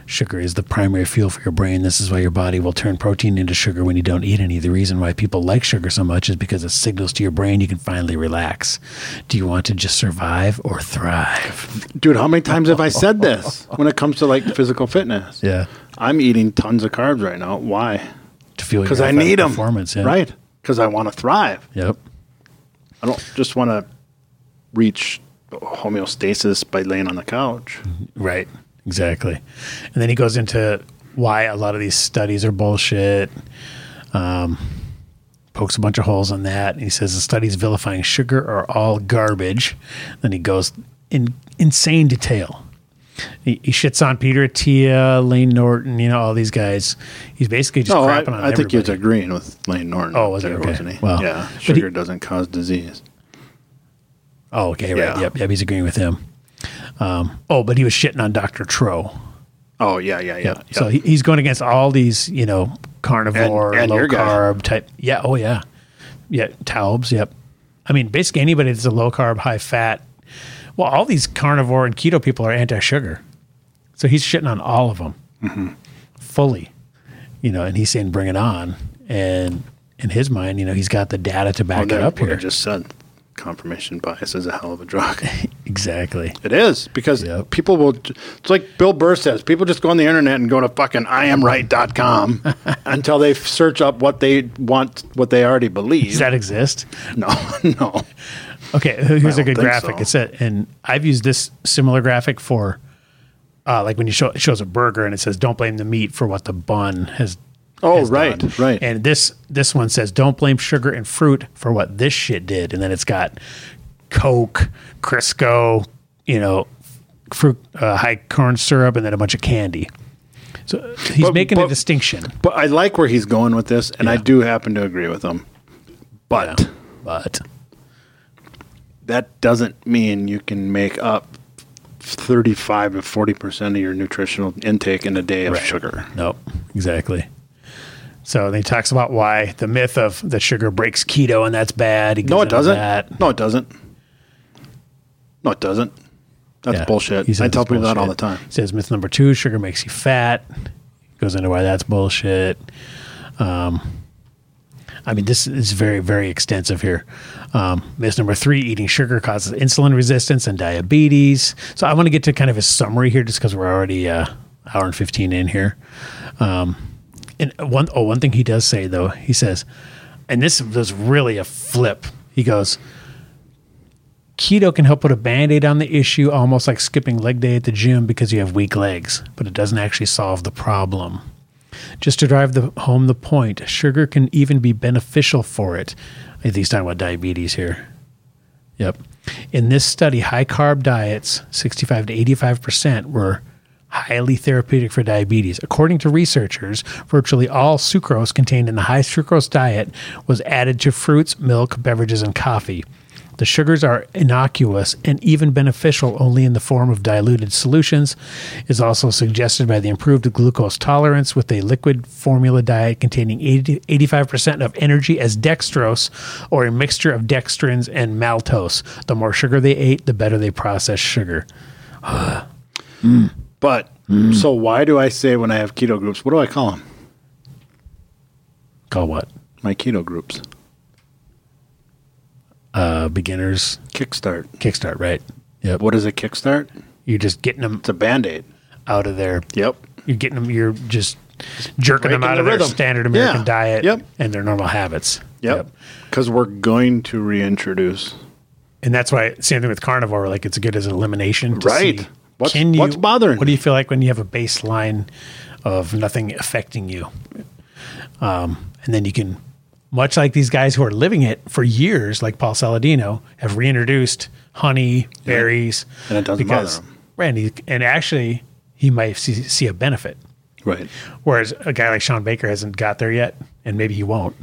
Sugar is the primary fuel for your brain. This is why your body will turn protein into sugar when you don't eat any. The reason why people like sugar so much is because it signals to your brain you can finally relax. Do you want to just survive or thrive?
Dude, how many times have I said this when it comes to like physical fitness?
Yeah.
I'm eating tons of carbs right now. Why?
To feel your
Because I
athletic
need them.
performance. Yeah.
Right. Because I want to thrive.
Yep.
I don't just want to reach homeostasis by laying on the couch.
Right. Exactly. And then he goes into why a lot of these studies are bullshit. Um, pokes a bunch of holes in that. He says the studies vilifying sugar are all garbage. Then he goes in insane detail. He, he shits on Peter Attia, Lane Norton, you know, all these guys. He's basically just
No, I,
crapping on
I think he was
everybody.
agreeing with Lane Norton.
Oh, was he?
there,
Okay.
wasn't he?
Well,
yeah.
but
Sugar
he-
doesn't cause disease.
Oh, okay, right.
Yeah.
Yep, yep. He's agreeing with him. Um, oh, but he was shitting on Dr. Tro.
Oh, yeah, yeah, yeah. yeah.
So he, he's going against all these, you know, carnivore,
And- and
low
your guy.
carb type. Yeah. Oh, yeah. Yeah. Taubes. Yep. I mean, basically anybody that's a low carb, high fat. Well, all these carnivore and keto people are anti sugar. So he's shitting on all of them
Mm-hmm.
fully, you know, and he's saying, bring it on. And in his mind, you know, he's got the data to back
Well,
it
then
up
what I
here.
just said confirmation bias is a hell of a drug. <laughs>
<laughs> exactly.
it is because
Yep.
people will. j- It's like Bill Burr says. People just go on the internet and go to
<laughs>
fucking iamright.com until they f- search up what they want, what they already believe.
Does that exist?
<laughs> no, <laughs> no.
Okay, <laughs> here's a
don't
good
think
graphic.
so.
It's a, and I've used this similar graphic for, uh, like when you show it shows a burger and it says "Don't blame the meat for what the bun has."
Oh,
has
right,
done."
right.
And this this one says "Don't blame sugar and fruit for what this shit did," and then it's got Coke, Crisco, you know, fruit, uh, high corn syrup, and then a bunch of candy. So he's
But-
making a
but-
distinction,
<clears throat> But I like where he's going with this, and I
Yeah.
do happen to agree with him. But
but
that doesn't mean you can make up. 35 to 40% of your nutritional intake in a day of
Right.
sugar.
Nope. Exactly. So then he talks about why the myth of that sugar breaks keto and that's bad. He
No,
goes
it
into
doesn't.
that.
No, it doesn't. No, it doesn't. That's
Yeah.
bullshit.
He says
I tell
it's
people that all the
bullshit.
time.
He says myth number two: sugar makes you fat. Goes into why that's bullshit. Um, I mean, this is very, very extensive here. Um, myth number three: eating sugar causes insulin resistance and diabetes. So I want to get to kind of a summary here, just because we're already uh, hour and fifteen in here. Um, And one oh one thing he does say though, he says, and this was really a flip. He goes, Keto can help put a band-aid on the issue almost like skipping leg day at the gym because you have weak legs, but it doesn't actually solve the problem. Just to drive the home the point, sugar can even be beneficial for it. I think he's talking about diabetes here. Yep. In this study, high carb diets, 65 to 85%, were highly therapeutic for diabetes. According to researchers, virtually all sucrose contained in the high sucrose diet was added to fruits, milk, beverages, and coffee. The sugars are innocuous and even beneficial only in the form of diluted solutions, is also suggested by the improved glucose tolerance with a liquid formula diet containing 80, 85% of energy as dextrose or a mixture of dextrins and maltose. The more sugar they ate, the better they processed sugar.
But so why do I say when I have keto groups? What do I call them?
Call what?
My keto groups.
Uh, beginners
Kickstart.
kickstart, right? Yep.
What is a kickstart?
You're just getting them
It's a band aid.
out of there.
Yep.
You're getting them. You're just jerking them
Breaking
out
the
of their
rhythm.
standard American
Yeah.
diet
Yep.
and their normal habits.
Yep. Because we're going to reintroduce.
and that's why same thing with carnivore like it's good as an elimination to
Right.
see,
What's- what's bothering
what do
me?
you feel like when you have a baseline of nothing affecting you um, and then you can much like these guys who are living it for years like paul saladino have reintroduced honey berries
And it doesn't bother them.
right, and, he, and actually he might see, see a benefit
Right.
whereas a guy like sean baker hasn't got there yet and maybe he won't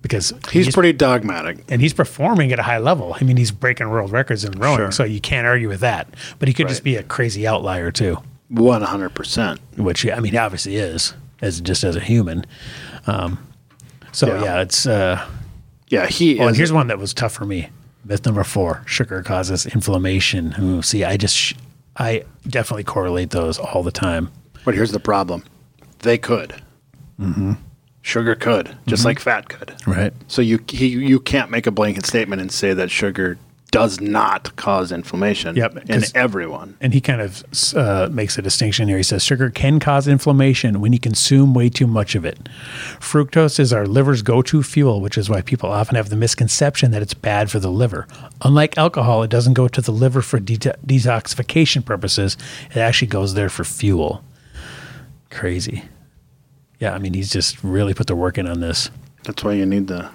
because
He's pretty dogmatic.
and he's performing at a high level. I mean, he's breaking world records in rowing,
Sure.
so you can't argue with that. But he could just
Right.
be a crazy outlier too,
100%.
which I mean, he obviously is as just as a human. Um, so yeah,
Yeah.
it's. Uh,
Yeah. He
oh, and
is.
here's one that was tough for me. Myth number four: sugar causes inflammation. Ooh, see, I just sh- I definitely correlate those all the time.
But here's the problem they could. Mm-hmm. Sugar could, just
Mm-hmm.
like fat could.
Right.
So you he, you can't make a blanket statement and say that sugar does not cause inflammation
Yep,
in
'cause-
everyone.
and he kind of uh, makes a distinction here. He says sugar can cause inflammation when you consume way too much of it. Fructose is our liver's go to fuel, which is why people often have the misconception that it's bad for the liver. Unlike alcohol, it doesn't go to the liver for det- detoxification purposes, it actually goes there for fuel. Crazy. Yeah, I mean, he's just really put the work in on this.
That's why you need the.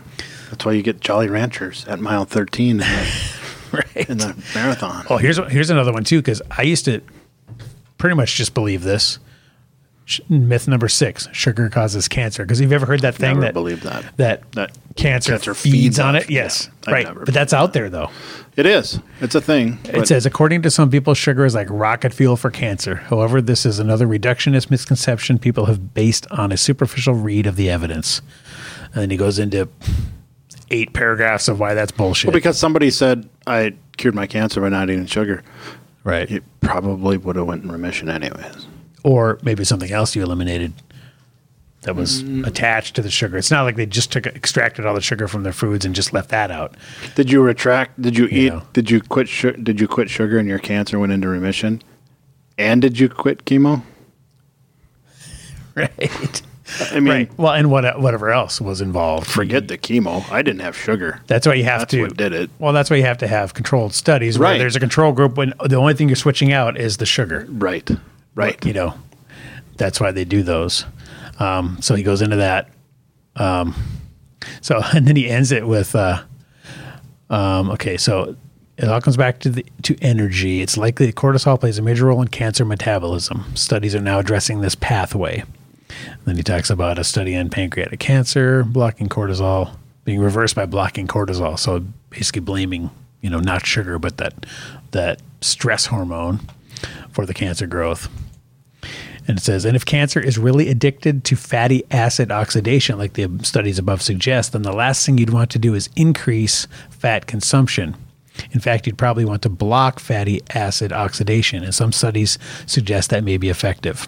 That's why you get Jolly Ranchers at mile 13 in the,
<laughs> Right.
in the marathon.
Oh, here's here's another one too, because I used to pretty much just believe this. Sh- Myth number six: sugar causes cancer. Because you've ever heard that thing
Never
that
believed that.
that,
That
cancer,
cancer
feeds,
feeds
on
off-
it. Yes,
yeah, I
right.
never
But that's out there though.
It is. It's a thing.
It
but-
says, according to some people, sugar is like rocket fuel for cancer. However, this is another reductionist misconception people have based on a superficial read of the evidence. And then he goes into eight paragraphs of why that's bullshit.
well, because somebody said I cured my cancer by not eating sugar.
right.
It probably would have went in remission anyways.
or maybe something else you eliminated that was
Mm.
attached to the sugar. It's not like they just took extracted all the sugar from their foods and just left that out. <laughs>
Did you retract? Did you eat?
know.
Did you quit? Su- did you quit sugar and your cancer went into remission? And did you quit chemo?
Right.
I mean,
right. Well, and what whatever else was involved.
forget the chemo. I didn't have sugar.
That's why you have
That's
to.
what did it.
Well, that's why you have to have controlled studies where
Right.
there's a control group when the only thing you're switching out is the sugar.
Right. Right.
You know, that's why they do those. Um, so he goes into that. Um, so <laughs> and then he ends it with, uh, um, okay, so it all comes back to the to energy. It's likely that cortisol plays a major role in cancer metabolism. Studies are now addressing this pathway. Then he talks about a study on pancreatic cancer, blocking cortisol being reversed by blocking cortisol. So basically blaming, you know, not sugar, but that that stress hormone for the cancer growth. And it says, and if cancer is really addicted to fatty acid oxidation, like the studies above suggest, then the last thing you'd want to do is increase fat consumption. In fact, you'd probably want to block fatty acid oxidation, and some studies suggest that may be effective.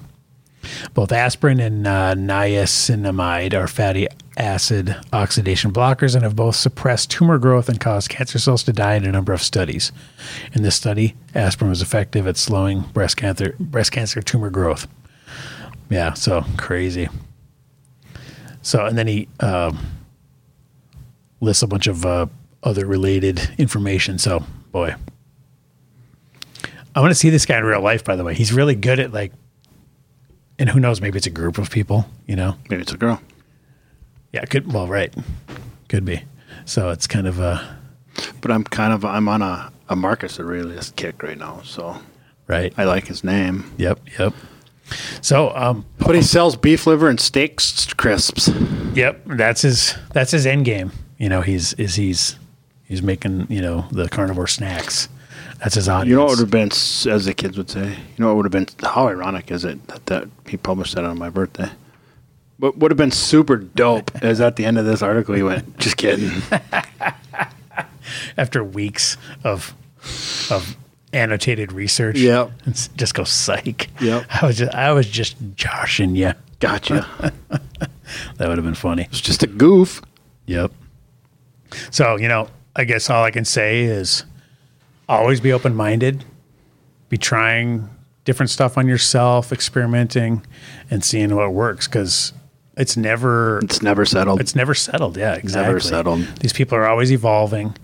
Both aspirin and uh, niacinamide are fatty acid oxidation blockers and have both suppressed tumor growth and caused cancer cells to die in a number of studies. In this study, aspirin was effective at slowing breast cancer breast cancer tumor growth. Yeah, so crazy. So, and then he um lists a bunch of uh, other related information. So, boy, I want to see this guy in real life. By the way, he's really good at like, and who knows? Maybe it's a group of people. You know,
Maybe it's a girl.
yeah, could well, right, could be. So it's kind of uh,
But I'm kind of I'm on a, a Marcus Aurelius kick right now, so
right.
I like his name.
Yep, yep. So, um,
But he sells beef liver and steak s- crisps.
yep, that's his that's his end game. You know, he's is he's he's making you know the carnivore snacks. That's his audience.
You know what would have been, s- as the kids would say, you know what would have been, how ironic is it that, that he published that on my birthday? What would have been super dope is at the end of this article he went, just kidding. <laughs>
after weeks of of annotated research.
Yep.
It's just go psych.
Yep.
I was just, I was just joshing you.
Gotcha.
That would have been funny.
It's just a goof.
Yep. So, you know, I guess all I can say is always be open minded, be trying different stuff on yourself, experimenting and seeing what works because it's never
It's never settled.
it's never settled. Yeah, exactly.
settled.
These people are always evolving,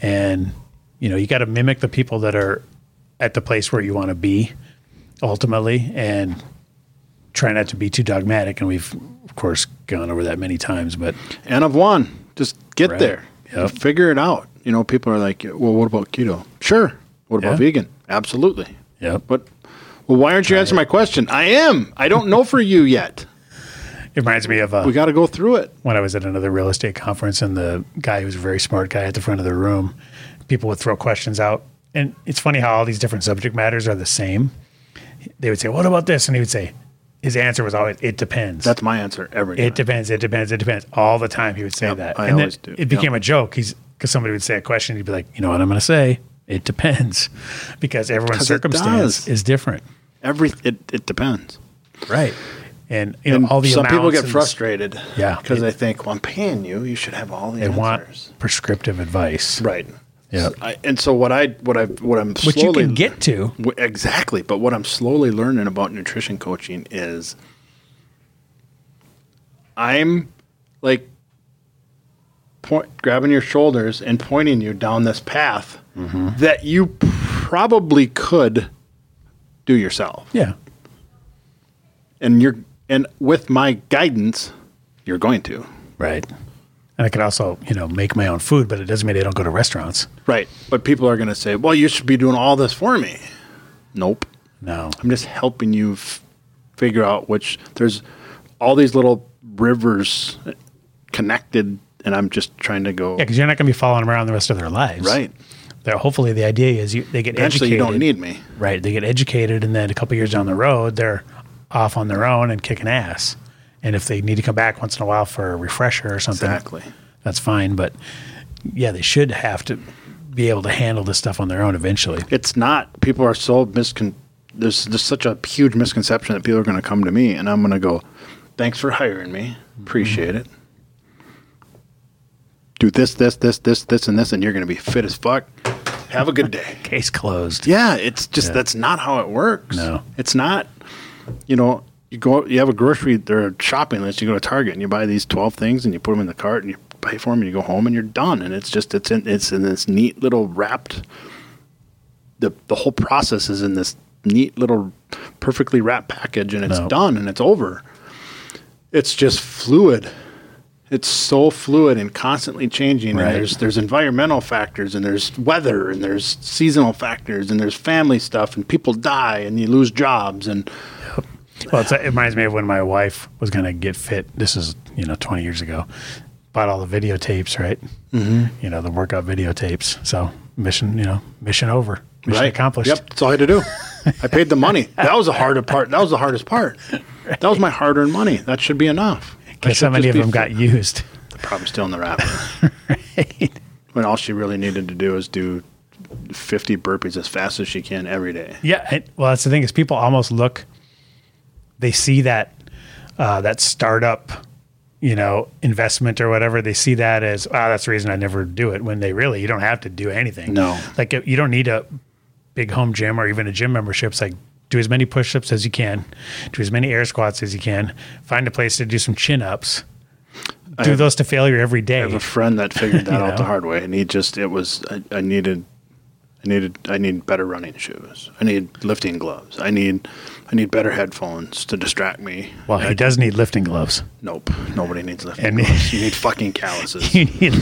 and you know you got to mimic the people that are at the place where you want to be, ultimately, and try not to be too dogmatic. And we've of course gone over that many times, but
N of one. Just get
Right.
there.
Yep.
Figure it out. You know, people are like, well, what about keto? Sure. What about
Yeah.
vegan? Absolutely.
Yep.
But, well, why aren't you answering my question? I am. I don't know for you yet.
it reminds me of uh,
We got to go through it.
when I was at another real estate conference, and the guy who was a very smart guy at the front of the room, people would throw questions out. And it's funny how all these different subject matters are the same. They would say, What about this? And he would say, His answer was always, It depends.
That's my answer every
it
time.
depends. It depends. It depends. All the time he would say
Yep,
that.
I
and then
always do.
It became a
Yep.
joke. He's because somebody would say a question, he'd be like, You know what I'm going to say? It depends. Because everyone's
'Cause it
circumstance
does.
is different.
Every, it, it depends.
Right. And, you know, all the
some people
amounts
get
and-
frustrated.
Yeah.
Because they think, well, I'm paying you. You should have all the
They
answers.
want prescriptive advice.
Right.
Yeah.
So I, and so what I what I what I'm
Which
slowly
you can get to.
W- Exactly. But what I'm slowly learning about nutrition coaching is I'm like point, grabbing your shoulders and pointing you down this path
Mm-hmm.
that you probably could do yourself.
Yeah.
And you're and with my guidance, you're going to.
Right. And I could also, you know, make my own food, but it doesn't mean I don't go to restaurants.
Right. But people are going to say, "Well, you should be doing all this for me." Nope.
No.
I'm just helping you f- figure out which there's all these little rivers connected, and I'm just trying to go
Yeah, because you're not going to be following them around the rest of their lives.
right.
They're, hopefully, the idea is you, they get
Eventually,
educated.
you don't need me.
Right. They get educated, and then a couple years down the road, they're off on their own and kicking ass. And if they need to come back once in a while for a refresher or something,
Exactly.
that's fine. But yeah, they should have to be able to handle this stuff on their own eventually.
It's not. People are so miscon. There's there's such a huge misconception that people are going to come to me, and I'm going to go, "Thanks for hiring me.
Mm-hmm.
Appreciate it." Do this, this, this, this, this, and this, and you're going to be fit as fuck. Have a good day.
Case closed.
Yeah, it's just
Yeah.
that's not how it works.
No.
it's not. You know, you go, you have a grocery or a shopping list. You go to Target and you buy these twelve things and you put them in the cart and you pay for them and you go home and you're done. And it's just it's in it's in this neat little wrapped. The the whole process is in this neat little perfectly wrapped package and it's
No.
done and it's over. It's just fluid. It's so fluid and constantly changing.
Right.
And there's there's environmental factors and there's weather and there's seasonal factors and there's family stuff and people die and you lose jobs and
Well, it's, it reminds me of when my wife was going to get fit. This is, you know, 20 years ago. Bought all the videotapes, right? Mm-hmm. You know, the workout videotapes. So mission, you know, mission over. Mission accomplished.
Yep, that's all I had to do. I paid the money. That was the harder part. That was the hardest part. That was my hard-earned money. That should be enough. I
Because
should
so many of
just be
them got used.
probably still in
<laughs>
the wrapper. When all she really needed to do is do 50 burpees as fast as she can every day.
Yeah. and- well, that's the thing is people almost look, they see that uh, that startup, you know, investment or whatever. They see that as ah, that's the reason I never do it. When they really, you don't have to do anything.
No.
like you don't need a big home gym or even a gym membership. It's like do as many push-ups as you can, do as many air squats as you can. Find a place to do some chin-ups.
I
Do
have-
those to failure every
I have
day.
a friend that
<laughs>
figured that
You
out the
know.
hard way, and he just it was I, I needed, I needed, I need better running shoes. I need lifting gloves. I need, I need better headphones to distract me.
Well, he does need lifting gloves.
Nope, nobody needs lifting
And- <laughs>
gloves. You need fucking calluses
You need,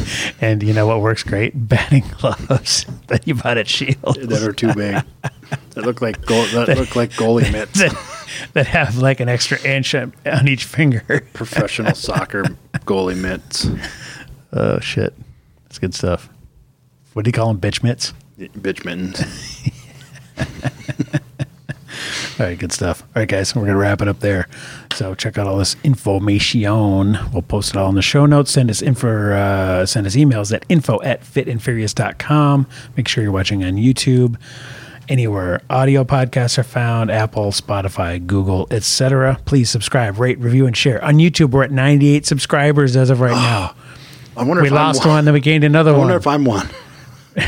and you know what works great? <laughs> Batting gloves that you bought at Shield.
that are too big. That look like goal,
<laughs>
that look like goalie mitts.
that, that have like an extra inch on, on each finger.
Professional soccer goalie mitts,
Oh shit, that's good stuff. What do you call them, bitch mitts?
bitch mittens.
All right, good stuff. All right, guys, we're gonna wrap it up there. So check out all this information. We'll post it all in the show notes. Send us info. Uh, send us emails at info at fitandfurious.com. Make sure you're watching on YouTube. Anywhere audio podcasts are found, Apple, Spotify, Google, etc. Please subscribe, rate, review, and share. On YouTube, we're at 98 subscribers as of right now.
I wonder
We
if
lost
I'm
one, then we gained another
I wonder
one.
if I'm one.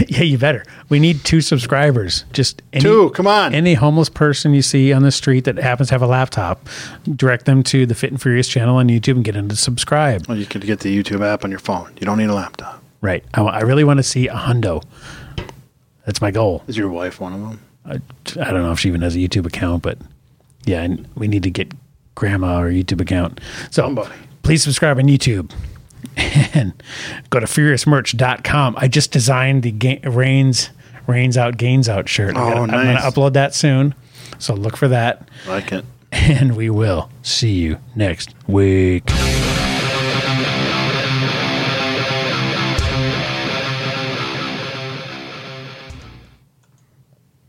yeah, you better. We need two subscribers. Just any,
Two, come on.
Any homeless person you see on the street that happens to have a laptop, direct them to the Fit and Furious channel on YouTube and get them to subscribe.
Well, you could get the YouTube app on your phone. You don't need a laptop.
Right. I, wa- I really want to see a hundo. That's my goal.
Is your wife one of them?
I, I don't know if she even has a YouTube account, but yeah, and we need to get grandma her YouTube account. So
Somebody.
please subscribe on YouTube <laughs> and go to furiousmerch.com. I just designed the ga- rains rains out gains out shirt.
Oh,
I'm gonna, I'm
nice.
gonna upload that soon. So look for that <laughs>
Like it.
and we will see you next week.